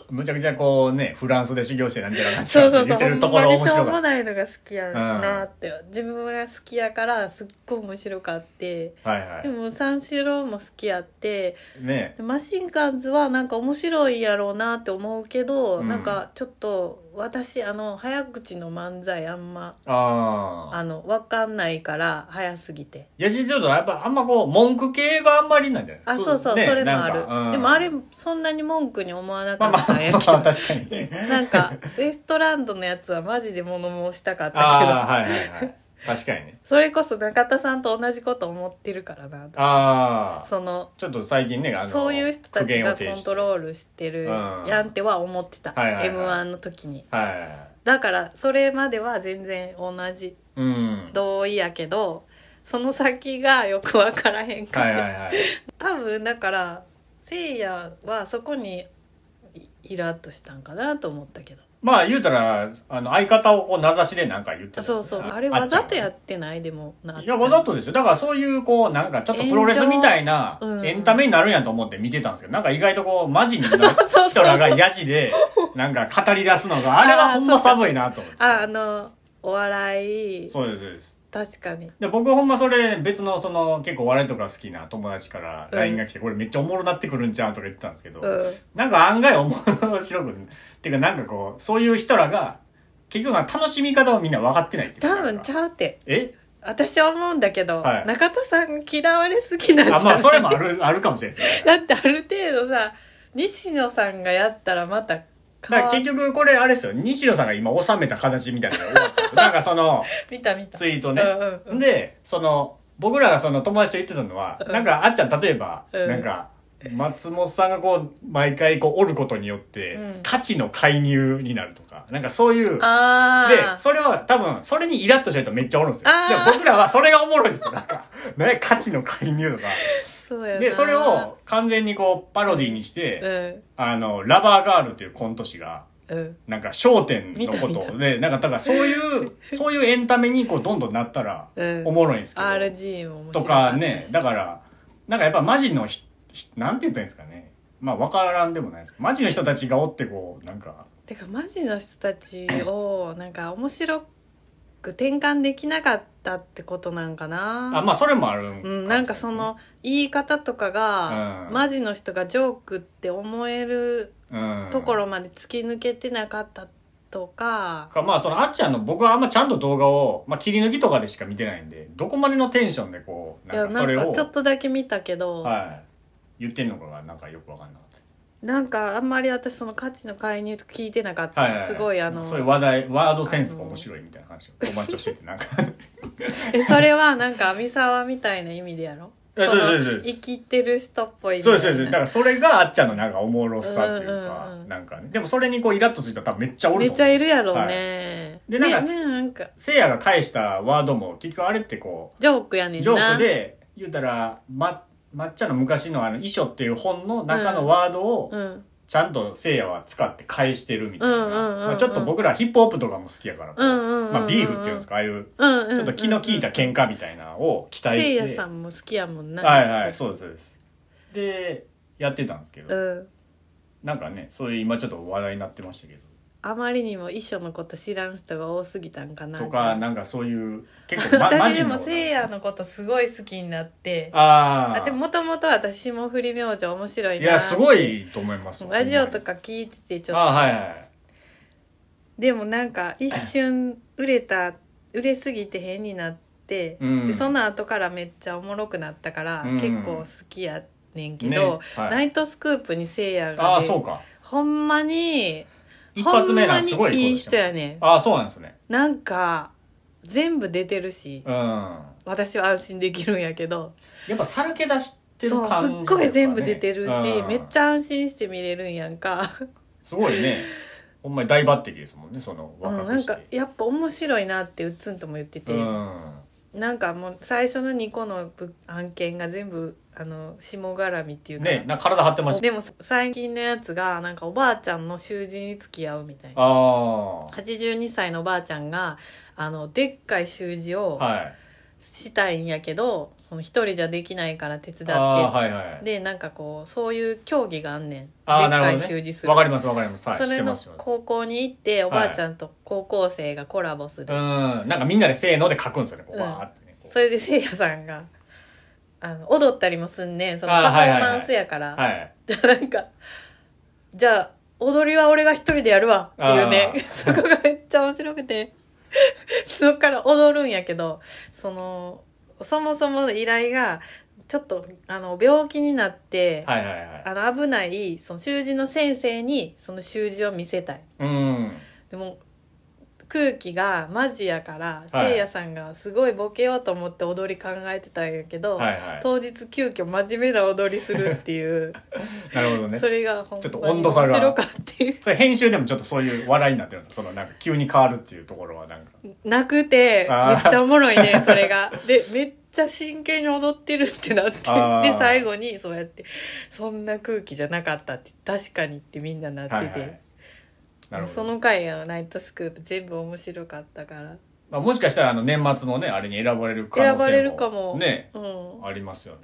Speaker 2: むちゃくちゃこうねフランスで修行してなんちゃらなんちゃ
Speaker 1: [laughs] そ
Speaker 2: ら
Speaker 1: う
Speaker 2: っ
Speaker 1: そ
Speaker 2: て
Speaker 1: うそ
Speaker 2: 言
Speaker 1: う
Speaker 2: ってると
Speaker 1: ほ
Speaker 2: こ
Speaker 1: ん
Speaker 2: ろ
Speaker 1: ま
Speaker 2: 面
Speaker 1: にしょ
Speaker 2: 白
Speaker 1: う
Speaker 2: か
Speaker 1: も
Speaker 2: った
Speaker 1: ないのが好きやなって、自分が好きやからすっごい面白かって
Speaker 2: はいは
Speaker 1: でも三四郎も好きやって
Speaker 2: いね
Speaker 1: でマシンガンズはなんか面白いやろうなって思うけど、
Speaker 2: うん
Speaker 1: なんかちょっと私あの早口の漫才あんま
Speaker 2: ああ
Speaker 1: あのわかんないから早すぎて
Speaker 2: いやちょっとやっぱあんまこう文句系があんまりなんじゃないですか
Speaker 1: あそうそう、
Speaker 2: ね
Speaker 1: それも
Speaker 2: な
Speaker 1: あ
Speaker 2: んか
Speaker 1: る、
Speaker 2: うん
Speaker 1: でもあれそんなに文句に思わな
Speaker 2: ま
Speaker 1: か
Speaker 2: あま
Speaker 1: っ
Speaker 2: あ、
Speaker 1: たんやけど、
Speaker 2: まあ、確
Speaker 1: [laughs]
Speaker 2: かに。
Speaker 1: なんかウエストランドのやつはマジで物申したかったけ
Speaker 2: ああ、
Speaker 1: ど
Speaker 2: はいはいはい。確かにね。
Speaker 1: それこそ中田さんと同じこと思ってるからな私
Speaker 2: ああ、
Speaker 1: その
Speaker 2: ちょっと最近ね、あの、
Speaker 1: そういう人た
Speaker 2: 苦
Speaker 1: ち
Speaker 2: 言を
Speaker 1: が
Speaker 2: 呈
Speaker 1: コ
Speaker 2: し
Speaker 1: ン
Speaker 2: て
Speaker 1: トロールしてる
Speaker 2: うん
Speaker 1: やんっては思ってた、
Speaker 2: はいはいはい
Speaker 1: m 1の時に
Speaker 2: はいはいはい。
Speaker 1: だからそれまでは全然同じ
Speaker 2: うん。
Speaker 1: 同意やけどその先がよくわからへんか
Speaker 2: は
Speaker 1: ら、
Speaker 2: いはいはい。
Speaker 1: 多分だからせいやはそこにイイラッとしたんかなと思ったけど
Speaker 2: まあ言うたら、あの、相方をこう、名指しでなんか言ってたんです
Speaker 1: そ
Speaker 2: よ
Speaker 1: うそう
Speaker 2: ね
Speaker 1: あれわざとや
Speaker 2: っ
Speaker 1: ってないでもな
Speaker 2: ちゃんはいや、わざとですよ。だからそういう、こう、なんかちょっとプロレスみたいな
Speaker 1: 炎上う、ん
Speaker 2: エンタメになるんやと思って見てたんですけど、なんか意外とこう、マジにな
Speaker 1: [laughs] そうそう
Speaker 2: 人らがヤジで、なんか語り出すのが、あれはほんま寒いなと思って。
Speaker 1: ああのお笑い
Speaker 2: そうです、そうです。
Speaker 1: 確かに
Speaker 2: で僕ほんまそれ別のその結構お笑いとか好きな友達から
Speaker 1: うん
Speaker 2: LINE が来て、これめっちゃおもろなってくるんちゃうとか言ってたんですけど、
Speaker 1: うん
Speaker 2: なんか案外面白く [laughs] っていうかなんかこうそういう人らが結局なんか楽しみ方をみんな分かってないっていう
Speaker 1: 多
Speaker 2: か
Speaker 1: 分ち
Speaker 2: なんか
Speaker 1: ゃうって
Speaker 2: え
Speaker 1: 私は思うんだけど、
Speaker 2: はい
Speaker 1: 中田さん嫌われすぎなんじゃ
Speaker 2: あ
Speaker 1: ない
Speaker 2: まあそれもあるあ [laughs] るかもしれないですね
Speaker 1: [laughs] だってある程度さ西野さんがやったらまた
Speaker 2: だから
Speaker 1: 変わ
Speaker 2: 結局これあれですよ西野さんが今収めた形みたいなのが終わったんで
Speaker 1: [laughs]
Speaker 2: すよなんかその
Speaker 1: 見た見た
Speaker 2: ツイートね、
Speaker 1: うんうんうん
Speaker 2: でその僕らがその友達と言ってたのは、
Speaker 1: うん
Speaker 2: なんかあっちゃん例えば、
Speaker 1: うん
Speaker 2: なんか松本さんがこう毎回こう折ることによって、
Speaker 1: うん
Speaker 2: 価値の介入になるとかなんかそういうで
Speaker 1: ああ
Speaker 2: それは多分それにイラッとしてる人めっちゃおるんですよ
Speaker 1: あー
Speaker 2: でも僕らはそれがおもろいんですよなんかなんや価値の介入とか
Speaker 1: そうやな
Speaker 2: でそれを完全にこうパロディにして、
Speaker 1: うん
Speaker 2: あのラバーガールっていうコント師が
Speaker 1: うん
Speaker 2: なんか『焦点』
Speaker 1: 見た
Speaker 2: のこ
Speaker 1: 見た
Speaker 2: とでなんかだからそういうそういうエンタメにこうどんどんなったら
Speaker 1: うん
Speaker 2: おもろいんですけど、
Speaker 1: RG も面白
Speaker 2: とかねだ
Speaker 1: か
Speaker 2: からなんかやっぱマジのひひなんて言ったらいいんですかねまあ分からんでもないですけどマジの人たちがおってこうなんか
Speaker 1: てかマジの人たちをなんか面白く転換できなかったってことなんかな
Speaker 2: あまあそれもあるん
Speaker 1: うん、なんかその言い方とかが、
Speaker 2: うん
Speaker 1: マジの人がジョークって思える
Speaker 2: うん
Speaker 1: ところまで突き抜けてなかったとか、
Speaker 2: かまあそのあっちゃんの僕はあんまちゃんと動画を、まあ、切り抜きとかでしか見てないんでどこまでのテンションでこう
Speaker 1: い
Speaker 2: な
Speaker 1: や
Speaker 2: んかそれ
Speaker 1: なん
Speaker 2: を
Speaker 1: かちょっとだけ見たけど、
Speaker 2: はい、言ってんのかがなんかよく分かんなかった
Speaker 1: なんかあんまり私その価値の介入とか聞いてなかった、
Speaker 2: はいはいはい
Speaker 1: すごいあの
Speaker 2: そういう話題ワードセンスが面白いみたいな話を友達としててなんか [laughs]
Speaker 1: [laughs] えそれはなんか網沢みたいな意味でやろ
Speaker 2: えそうです
Speaker 1: の
Speaker 2: そうですそうです
Speaker 1: 生きてる人っぽいみたい
Speaker 2: そ
Speaker 1: うな
Speaker 2: ですそうですだからそれがあっちゃんのなんかおもろさというか、
Speaker 1: うんうんうん
Speaker 2: なんかねでもそれにこうイラッとする人は多分めっちゃおると思
Speaker 1: め
Speaker 2: う
Speaker 1: っちゃいるやろうね、
Speaker 2: いでなんか
Speaker 1: ねねなんか
Speaker 2: せいやが返したワードも結局あれってこ
Speaker 1: ジョークやね
Speaker 2: う
Speaker 1: な
Speaker 2: んジョークで言うたらま抹茶の昔のあの遺書っていう本の中のワードを
Speaker 1: うん
Speaker 2: ちゃんとせいやは使って返してるみたい
Speaker 1: うんうんうんうん
Speaker 2: なまあちょっと僕らヒップホップとかも好きやからこう
Speaker 1: うんうんうんうん
Speaker 2: まあビーフっていうんですかああいう
Speaker 1: うんうんうんうん
Speaker 2: ちょっと気の利いた喧嘩みたいなのを期待
Speaker 1: せい
Speaker 2: して、
Speaker 1: やさんも好きやもんな
Speaker 2: はいはいそうですそうですでやってたんですけど、
Speaker 1: うん
Speaker 2: なんかねそういう今ちょっと話題になってましたけど
Speaker 1: あまりにも遺書のこと知らん人が多すぎたんかな
Speaker 2: とかなんかそういう結
Speaker 1: じ [laughs]
Speaker 2: 構、
Speaker 1: ゃあ
Speaker 2: ま、マ
Speaker 1: 私
Speaker 2: ジ
Speaker 1: で
Speaker 2: の
Speaker 1: もせいやのことすごい好きになって
Speaker 2: あ
Speaker 1: あ
Speaker 2: あ
Speaker 1: でももともと私霜降り明星面白い
Speaker 2: い
Speaker 1: な
Speaker 2: やすごいと思います
Speaker 1: ラジオと
Speaker 2: か
Speaker 1: か聞いててち
Speaker 2: あ
Speaker 1: ょっと
Speaker 2: あはいはい
Speaker 1: でもなんか一瞬売れた売れすぎて変になって、
Speaker 2: うん
Speaker 1: でその後からめっちゃおもろくなったから、
Speaker 2: うん
Speaker 1: 結構好きやねんけど、
Speaker 2: はい
Speaker 1: ナイトスクープにせいや
Speaker 2: あ
Speaker 1: が、
Speaker 2: あ
Speaker 1: ね
Speaker 2: そうか
Speaker 1: ほんまに
Speaker 2: 一発目なんす
Speaker 1: ほ
Speaker 2: ご
Speaker 1: んま
Speaker 2: い
Speaker 1: にい
Speaker 2: こと
Speaker 1: い
Speaker 2: して
Speaker 1: 人やねん
Speaker 2: ああそうなんですね
Speaker 1: なんか全部出てるし、
Speaker 2: うんや
Speaker 1: 私は安心できるんやけど、
Speaker 2: っぱさらけ出してる
Speaker 1: そう
Speaker 2: 感
Speaker 1: す
Speaker 2: じ
Speaker 1: っ
Speaker 2: とかね
Speaker 1: ごい全部出てるし、
Speaker 2: うん
Speaker 1: めっちゃ安心して見れるんやんか。
Speaker 2: すごいねほんまに大抜擢ですもんねその
Speaker 1: うん、
Speaker 2: 若
Speaker 1: な
Speaker 2: く
Speaker 1: ん
Speaker 2: して
Speaker 1: かやっぱ面白いなってうっつんとも言ってて、
Speaker 2: うん
Speaker 1: なんかもう最初の2個の物案件が全部あの下絡みっていうか,、
Speaker 2: ねなんか体張ってました
Speaker 1: でも最近のやつがなんかおばあちゃんの囚人に付き合うみたいな
Speaker 2: あ
Speaker 1: 82歳のおばあちゃんがあのでっかい習字
Speaker 2: あ
Speaker 1: を
Speaker 2: はい
Speaker 1: したいんやけど、その一人じゃできないから手伝って、
Speaker 2: あーはいはい
Speaker 1: でなんかこうそういう競技があんねんでっ
Speaker 2: あーなる
Speaker 1: かい
Speaker 2: ほどね
Speaker 1: 習字する
Speaker 2: わかりますわかりますはい
Speaker 1: そ
Speaker 2: 知っ
Speaker 1: れ
Speaker 2: てま
Speaker 1: の
Speaker 2: すよ
Speaker 1: 高校に行っておばあちゃんと高校生がコラボする
Speaker 2: うんなんかみんなでせーので書くんですよねこう
Speaker 1: うん
Speaker 2: わーってねこう
Speaker 1: それでせいやさんがあの踊ったりもすんねんその
Speaker 2: あー
Speaker 1: パフ
Speaker 2: はい
Speaker 1: ォ
Speaker 2: は
Speaker 1: ー
Speaker 2: いは
Speaker 1: マ
Speaker 2: い
Speaker 1: ンスやから、
Speaker 2: はい
Speaker 1: じゃあなんかじゃあ踊りは俺が一人でやるわっていう
Speaker 2: あ
Speaker 1: ね
Speaker 2: ー
Speaker 1: [laughs] そこがめっちゃ面白くてそっから踊るんやけどそのそもそもの依頼がちょっとあの病気になって、
Speaker 2: はいはいはい
Speaker 1: あの危ないその習字の先生にその習字を見せたい
Speaker 2: うん
Speaker 1: でも空気がマジやから、
Speaker 2: はい
Speaker 1: せいやさんがすごいボケようと思って踊り考えてたんやけど、
Speaker 2: はいは
Speaker 1: 当日急遽真面目な踊りするっていう、
Speaker 2: いなるほ [laughs] どね
Speaker 1: それがほん
Speaker 2: ちょっと
Speaker 1: まに
Speaker 2: 温度差が
Speaker 1: 面白かっていう
Speaker 2: それ編集でもちょっとそういう笑いになってるんですよそのなんか急に変わるっていうところはなんか
Speaker 1: なくて
Speaker 2: あ
Speaker 1: め
Speaker 2: ー
Speaker 1: っちゃおもろい
Speaker 2: [laughs]
Speaker 1: ねそれが。でめっちゃ真剣に踊ってるってなって
Speaker 2: あー
Speaker 1: で最後にそうやって「そんな空気じゃなかった」って「確かに」ってみんななってて、
Speaker 2: はいはいなるほ
Speaker 1: そ
Speaker 2: ど
Speaker 1: の回の「ナイトスクープ」全部面白かったから
Speaker 2: まあもしかしたらあの年末のねあれに選ばれる可能性
Speaker 1: 選
Speaker 2: も
Speaker 1: ばれるかも
Speaker 2: ね
Speaker 1: うん
Speaker 2: ありますよね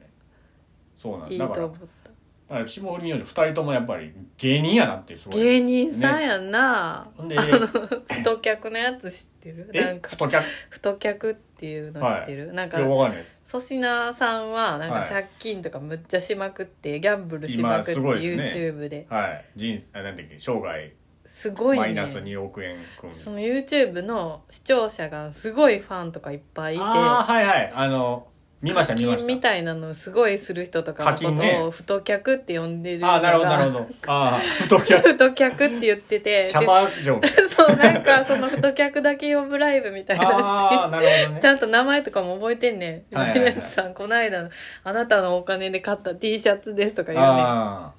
Speaker 2: そうなん
Speaker 1: いい
Speaker 2: だ
Speaker 1: と
Speaker 2: から
Speaker 1: 思った。
Speaker 2: だから霜降り明星2人ともやっぱり芸人やなってすごい
Speaker 1: 芸人さんやな、
Speaker 2: ほんで
Speaker 1: あの太客のやつ知ってるな
Speaker 2: え
Speaker 1: んか
Speaker 2: 太客い
Speaker 1: 太客っていうの知ってる、なんか
Speaker 2: やわかんないです
Speaker 1: 粗品さんはなんか
Speaker 2: はい
Speaker 1: 借金とかむっちゃしまくってギャンブルしまくって、
Speaker 2: 今すごいですね
Speaker 1: YouTube で
Speaker 2: はい人あなんだっけ生涯
Speaker 1: すごいね
Speaker 2: マイナス2億円くん
Speaker 1: その YouTube の視聴者がすごいファンとかいっぱいいて
Speaker 2: ああはいはいあの見ました見ま
Speaker 1: 金
Speaker 2: し
Speaker 1: み
Speaker 2: た
Speaker 1: たいなのをすごいする人とかのこ
Speaker 2: 課金
Speaker 1: と
Speaker 2: ね
Speaker 1: を太客って呼んでるの
Speaker 2: あ
Speaker 1: が
Speaker 2: あーなるほどなるほどああ太
Speaker 1: [laughs]
Speaker 2: 客
Speaker 1: 太客って言ってて
Speaker 2: キャバ嬢みたい
Speaker 1: でそうなんかその太客だけ呼ぶライブみたいなのして
Speaker 2: ああなるほどね
Speaker 1: ちゃんと名前とかも覚えてんねん。
Speaker 2: はいはいはい
Speaker 1: 宮地さん、この間の、あなたのお金で買った T シャツですとか言うねん。
Speaker 2: あ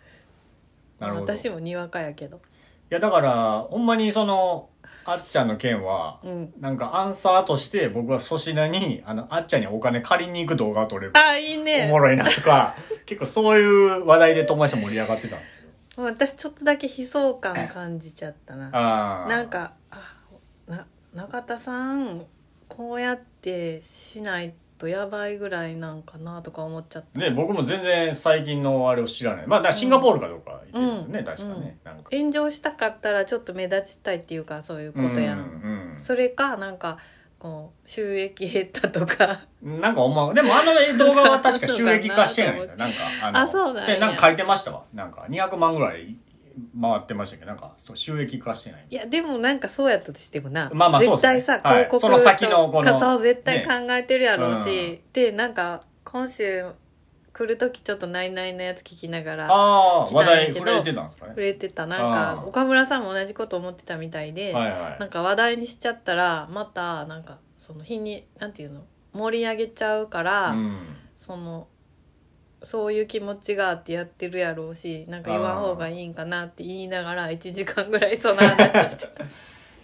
Speaker 2: あなるほどい
Speaker 1: 私もにわかやけど。
Speaker 2: やだからほんまにそのあっちゃんの件は [laughs]
Speaker 1: うん。
Speaker 2: なんかアンサーとして僕は粗品にあのあっちゃんにお金借りに行く動画を撮れる
Speaker 1: あ、いい
Speaker 2: お
Speaker 1: ね
Speaker 2: も。ろいなとか [laughs] 結構そういう話題で友達と盛り上がってたんですけど
Speaker 1: 私ちょっとだけ悲壮感感じちゃったな。
Speaker 2: ああ
Speaker 1: なんか、あ、な、中田さん、こうやってしないとやばいぐらいなんかなとか思っちゃった。
Speaker 2: ね僕も全然最近のあれを知らないまあだからシンガポールかどうか行ってるんですよね、
Speaker 1: うん
Speaker 2: 確かね、なんか
Speaker 1: 炎上したかったらちょっと目立ちたいっていうかそういうことやん。
Speaker 2: うん
Speaker 1: それか、なんか、こう、収益減ったとか。
Speaker 2: うん、なんか思うでもあの動画は確か収益化してないんですよなんかあの
Speaker 1: あそうなんや
Speaker 2: でなんか書いてましたわなんか200万ぐらい回ってましたけどなんかそう収益化してない
Speaker 1: いやでもなんかそうやったとしてもな、
Speaker 2: まあまあそうっ
Speaker 1: 絶
Speaker 2: すね
Speaker 1: 対さ、
Speaker 2: はい
Speaker 1: 広告
Speaker 2: その先のこの
Speaker 1: とかそう絶対考えてるやろうし、
Speaker 2: ね
Speaker 1: でなんか今週来る時ちょっと「ナイナイ」のやつ聞きながら
Speaker 2: ああ
Speaker 1: 来
Speaker 2: 話
Speaker 1: たんや
Speaker 2: 題
Speaker 1: けど
Speaker 2: 触れてたんですか
Speaker 1: 触
Speaker 2: ね
Speaker 1: れてたなん
Speaker 2: あ
Speaker 1: か
Speaker 2: ー
Speaker 1: 岡村さんも同じこと思ってたみたいで、
Speaker 2: はいはい
Speaker 1: なんか話題にしちゃったらまたなんかその日になんていうの盛り上げちゃうから、
Speaker 2: うん
Speaker 1: そのそういう気持ちがあってやってるやろうしなんか言わん方がいいんかなって言いながら1時間ぐらいその話してた。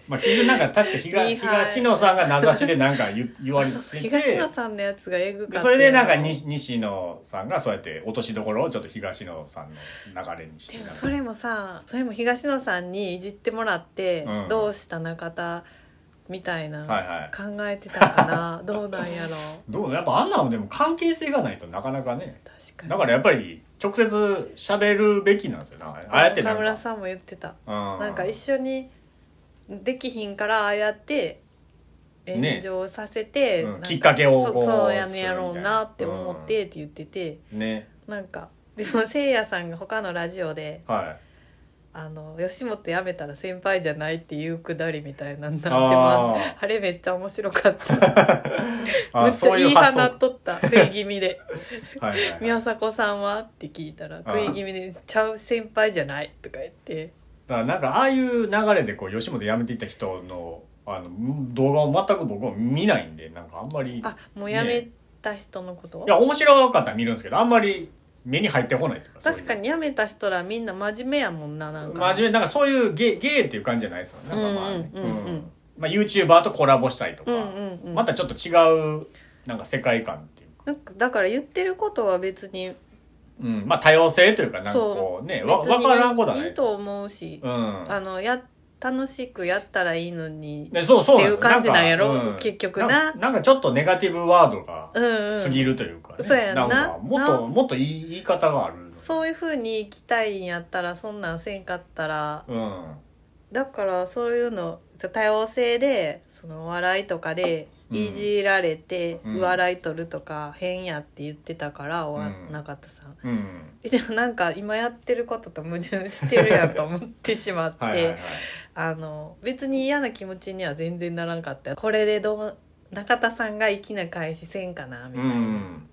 Speaker 2: まあ、結局なんか確か東
Speaker 1: ミーハー
Speaker 2: 東野さんが名指しでなんか言言わ
Speaker 1: あ
Speaker 2: れて
Speaker 1: そうそう
Speaker 2: て
Speaker 1: 東野さんのやつがえぐかっ
Speaker 2: で
Speaker 1: た
Speaker 2: それでなんか西西野さんがそうやって落としどころをちょっと東野さんの流れにし
Speaker 1: で
Speaker 2: てなん
Speaker 1: も
Speaker 2: か
Speaker 1: それもさそれも東野さんにいじってもらって、
Speaker 2: うん
Speaker 1: どうした中田みたいな、
Speaker 2: はいはい
Speaker 1: 考えてたかな [laughs] どうなんやろ
Speaker 2: どうやっぱあんなのでも関係性がないとなかなかね
Speaker 1: 確かに
Speaker 2: だからやっぱり直接喋るべきなんですよなああやってな
Speaker 1: 岡
Speaker 2: んか
Speaker 1: 村さんも言ってた
Speaker 2: うん
Speaker 1: なんか一緒にできひんからああやって炎
Speaker 2: ね
Speaker 1: 上させて、
Speaker 2: うん
Speaker 1: なん
Speaker 2: きっかけを
Speaker 1: そ
Speaker 2: こう
Speaker 1: そうやねや
Speaker 2: 作る
Speaker 1: ろ
Speaker 2: み
Speaker 1: う
Speaker 2: たいな
Speaker 1: なって思ってって言ってて、
Speaker 2: ね
Speaker 1: なんかでもせいやさんが他のラジオで
Speaker 2: はい
Speaker 1: あの吉本辞めたら先輩じゃないっていうくだりみたいなんだって
Speaker 2: あ
Speaker 1: まああれめっちゃ面白かった
Speaker 2: [laughs] あ
Speaker 1: めっちゃ
Speaker 2: そうい
Speaker 1: 言
Speaker 2: う
Speaker 1: い
Speaker 2: 発想
Speaker 1: 放
Speaker 2: は
Speaker 1: っとった食い気味で [laughs]
Speaker 2: いは
Speaker 1: 「
Speaker 2: いはい
Speaker 1: 宮迫さんは?」って聞いたら
Speaker 2: ー
Speaker 1: 食い気味で「ちゃう先輩じゃない」とか言って
Speaker 2: だからなんかああいう流れでこう吉本辞めていった人のあの動画を全く僕は見ないんでなんかあんまりい
Speaker 1: あもう辞めた人のこと、
Speaker 2: や面白かったら見るんですけどあんまり目に入ってこないとかそういう
Speaker 1: 確かに辞めた人らみんな真面目やもんななんか
Speaker 2: 真面目なんかそういうゲゲーっていう感じじゃないですよねなんかまあね
Speaker 1: うんうんうんうん
Speaker 2: うんまあ YouTuber とコラボしたりとか、
Speaker 1: うんうんうん
Speaker 2: またちょっと違うなんか世界観っていうか、
Speaker 1: なんかだから言ってることは別に
Speaker 2: うん、まあ多様性というかなんかこうねわ
Speaker 1: 別に
Speaker 2: 分からんことはない
Speaker 1: いいと思うし、
Speaker 2: うん
Speaker 1: あのや楽しくやったらいいのに
Speaker 2: ね、そうそう
Speaker 1: っていう感じなんやろ
Speaker 2: か
Speaker 1: 結局な
Speaker 2: なんかなんかちょっとネガティブワードが
Speaker 1: うんうん
Speaker 2: 過ぎるというか、ね
Speaker 1: そうやんなん
Speaker 2: かもっ
Speaker 1: な
Speaker 2: ともっといい言い方がある
Speaker 1: そういうふうに生きたいんやったらそんなんせんかったら
Speaker 2: うん
Speaker 1: だからそういうのじゃ多様性でその笑いとかで
Speaker 2: うん
Speaker 1: いじられて
Speaker 2: うん
Speaker 1: 笑い取るとか変やって言ってたから、おわ
Speaker 2: うん
Speaker 1: 中田さん
Speaker 2: うん
Speaker 1: でもなんか今やってることと矛盾してるやんと思ってしまって、
Speaker 2: はいはいはい
Speaker 1: あの別に嫌な気持ちには全然ならんかったこれでどう中田さんが粋な返しせんかなみ
Speaker 2: う
Speaker 1: たいな。
Speaker 2: ん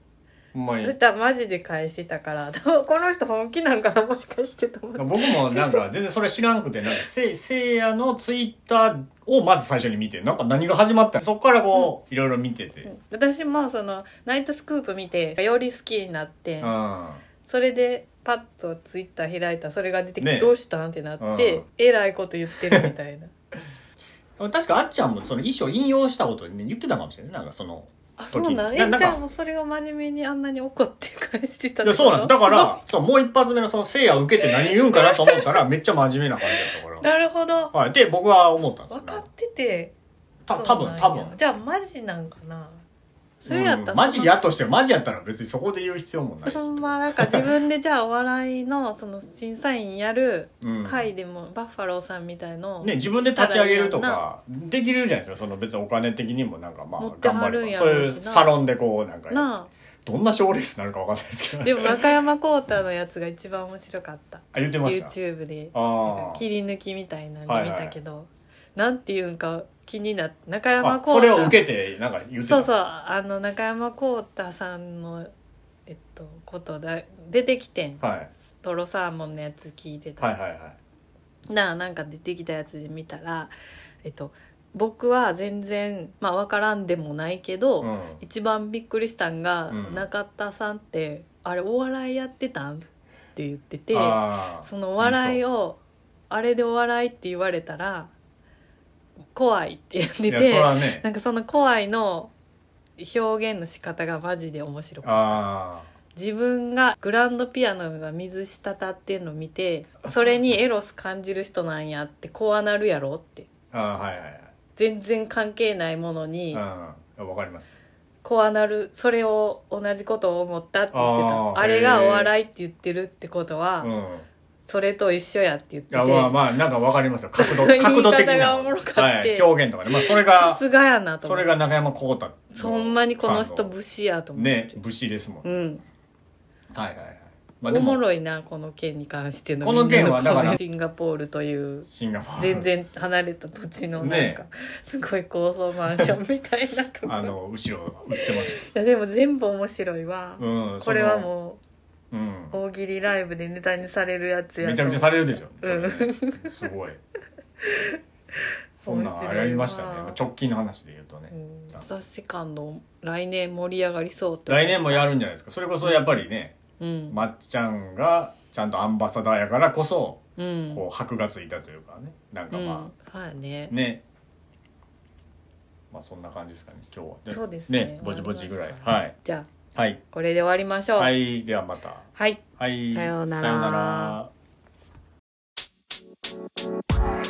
Speaker 2: ほんまに
Speaker 1: そしたらマジで返してたから [laughs] どうこの人本気なんかなもしかしてと思って
Speaker 2: 僕もなんか全然それ知らんくてなんかせせいやのツイッターをまず最初に見てなんか何が始まったのそこからこういろいろ見てて、うん
Speaker 1: 私もそのナイトスクープ見てより好きになって
Speaker 2: あ
Speaker 1: それでパッとツイッター開いたらそれが出てきて、
Speaker 2: ね
Speaker 1: どうしたんってなって、
Speaker 2: うん
Speaker 1: えらいこと言ってるみたい
Speaker 2: [laughs]
Speaker 1: な
Speaker 2: 確かあっちゃんもその衣装引用したこと、ね、言ってたかもしれないなんかその
Speaker 1: あそうなん
Speaker 2: 時々
Speaker 1: え
Speaker 2: な
Speaker 1: じゃ
Speaker 2: な
Speaker 1: あもうそれを真面目にあんなに怒って返してたって
Speaker 2: いや
Speaker 1: こと
Speaker 2: そうなんだからそうもう一発目のそのせいや受けて何言うんかなと思ったらめっちゃ真面目な感じだったか
Speaker 1: [laughs] なるほど
Speaker 2: ら、はい、で僕は思ったんです
Speaker 1: 分
Speaker 2: よ
Speaker 1: かってて
Speaker 2: た
Speaker 1: そう
Speaker 2: 多
Speaker 1: なん
Speaker 2: 分
Speaker 1: や
Speaker 2: 多分
Speaker 1: じゃあマジなんかなそれやったら
Speaker 2: うんマ
Speaker 1: そ
Speaker 2: ジ
Speaker 1: の
Speaker 2: やとしてはマジやったら別にそこで言う必要もないし
Speaker 1: ほんまなんか自分でじゃあお笑いのその審査員やる
Speaker 2: うん
Speaker 1: 回でもバッファローさんみたいの
Speaker 2: ね、自分で立ち上げるとかできるじゃないですかその別にお金的にもなんかまあ
Speaker 1: 持って
Speaker 2: 頑張
Speaker 1: はるん
Speaker 2: れ
Speaker 1: や
Speaker 2: ば
Speaker 1: ろ
Speaker 2: そう
Speaker 1: しな
Speaker 2: いうサロンでこうなんか
Speaker 1: な
Speaker 2: どんな賞レースになるかわかんないですけど
Speaker 1: あ
Speaker 2: [laughs] ね
Speaker 1: でも中山浩太のやつが一番面白かった
Speaker 2: あ言ってました
Speaker 1: YouTube で
Speaker 2: ああ
Speaker 1: 切り抜きみたいなの見たけど、なんていうんか気になって中山
Speaker 2: あ
Speaker 1: 浩
Speaker 2: そ
Speaker 1: 太
Speaker 2: れを受けてなんか言ってた
Speaker 1: そうそうあの中山浩太さんの、えっと、ことだ出てきてん、
Speaker 2: はい、
Speaker 1: トロサーモンのやつ聞いてた、
Speaker 2: はいはいはい
Speaker 1: なあなんか出てきたやつで見たら、えっと、僕は全然、まあ、分からんでもないけど、
Speaker 2: うん
Speaker 1: 一番びっくりしたんが、
Speaker 2: うん
Speaker 1: 中田さんって「あれお笑いやってたん?」って言ってて
Speaker 2: あー
Speaker 1: そのお笑いをあれでお笑いって言われたら怖いって言って
Speaker 2: いやそれ
Speaker 1: て
Speaker 2: はね
Speaker 1: なんかその怖いの表現の仕方がマジで面白かった
Speaker 2: あ
Speaker 1: 自分がグランドピアノが水滴ってんの見てそれにエロス感じる人なんやってこうなるやろって
Speaker 2: ーあーはいはいはい
Speaker 1: 全然関係ないものに
Speaker 2: うんわかります
Speaker 1: こうなるそれを同じことを思ったって言ってた
Speaker 2: あ
Speaker 1: あ
Speaker 2: ー
Speaker 1: れが
Speaker 2: へー
Speaker 1: お笑いって言ってるってことは、
Speaker 2: うん
Speaker 1: それと一緒やって言って
Speaker 2: い
Speaker 1: て
Speaker 2: やまあまあなんかわかりますよ角度
Speaker 1: [laughs] 言い方
Speaker 2: 角度的な
Speaker 1: がおもろかって
Speaker 2: はい、表現とかね、まあ、それ
Speaker 1: さ
Speaker 2: が
Speaker 1: すがやなと
Speaker 2: そ
Speaker 1: 思っ
Speaker 2: れ
Speaker 1: て
Speaker 2: が中山浩太
Speaker 1: そんなにこの
Speaker 2: さ
Speaker 1: 人
Speaker 2: ん
Speaker 1: 武士やと思って、
Speaker 2: ね武士ですもん、
Speaker 1: うん、
Speaker 2: はいはいはい、まあ、
Speaker 1: お
Speaker 2: で
Speaker 1: も
Speaker 2: も
Speaker 1: ろいなこの件に関しての
Speaker 2: この件はだ
Speaker 1: み
Speaker 2: から
Speaker 1: んなのシンガポールという
Speaker 2: シンガポール
Speaker 1: 全然離れた土地のなんか、
Speaker 2: [laughs] ね
Speaker 1: すごい高層マンションみたいなとこ
Speaker 2: あ
Speaker 1: い
Speaker 2: の後ろ映ってまし
Speaker 1: やでも全部面白いわ
Speaker 2: た、うん
Speaker 1: これはも
Speaker 2: う、うん
Speaker 1: う、大喜利ライブでネタにされるやつやと
Speaker 2: めちゃくちゃされるでしょ、それ
Speaker 1: うん
Speaker 2: ね
Speaker 1: [laughs]
Speaker 2: すごいそんなん
Speaker 1: 面白
Speaker 2: あ
Speaker 1: いわ
Speaker 2: りましたねまあ直近の話で言うとね、
Speaker 1: うんザ・セカンド来年盛り上がりそうと
Speaker 2: 来年もやるんじゃないですかそれこそやっぱりね
Speaker 1: うん、
Speaker 2: まっちゃんがちゃんとアンバサダーやからこそ
Speaker 1: うん
Speaker 2: こう箔がついたというかねなんか
Speaker 1: うん
Speaker 2: ま
Speaker 1: そうやね
Speaker 2: あ、ねまあそんな感じですかね今日は
Speaker 1: そうですね
Speaker 2: ぼちぼちぐらい
Speaker 1: 終わ
Speaker 2: は
Speaker 1: り
Speaker 2: い
Speaker 1: じゃあ
Speaker 2: はい、
Speaker 1: これで終わりましょう
Speaker 2: はい、ではまた
Speaker 1: はい
Speaker 2: はい
Speaker 1: さようなら
Speaker 2: さようなら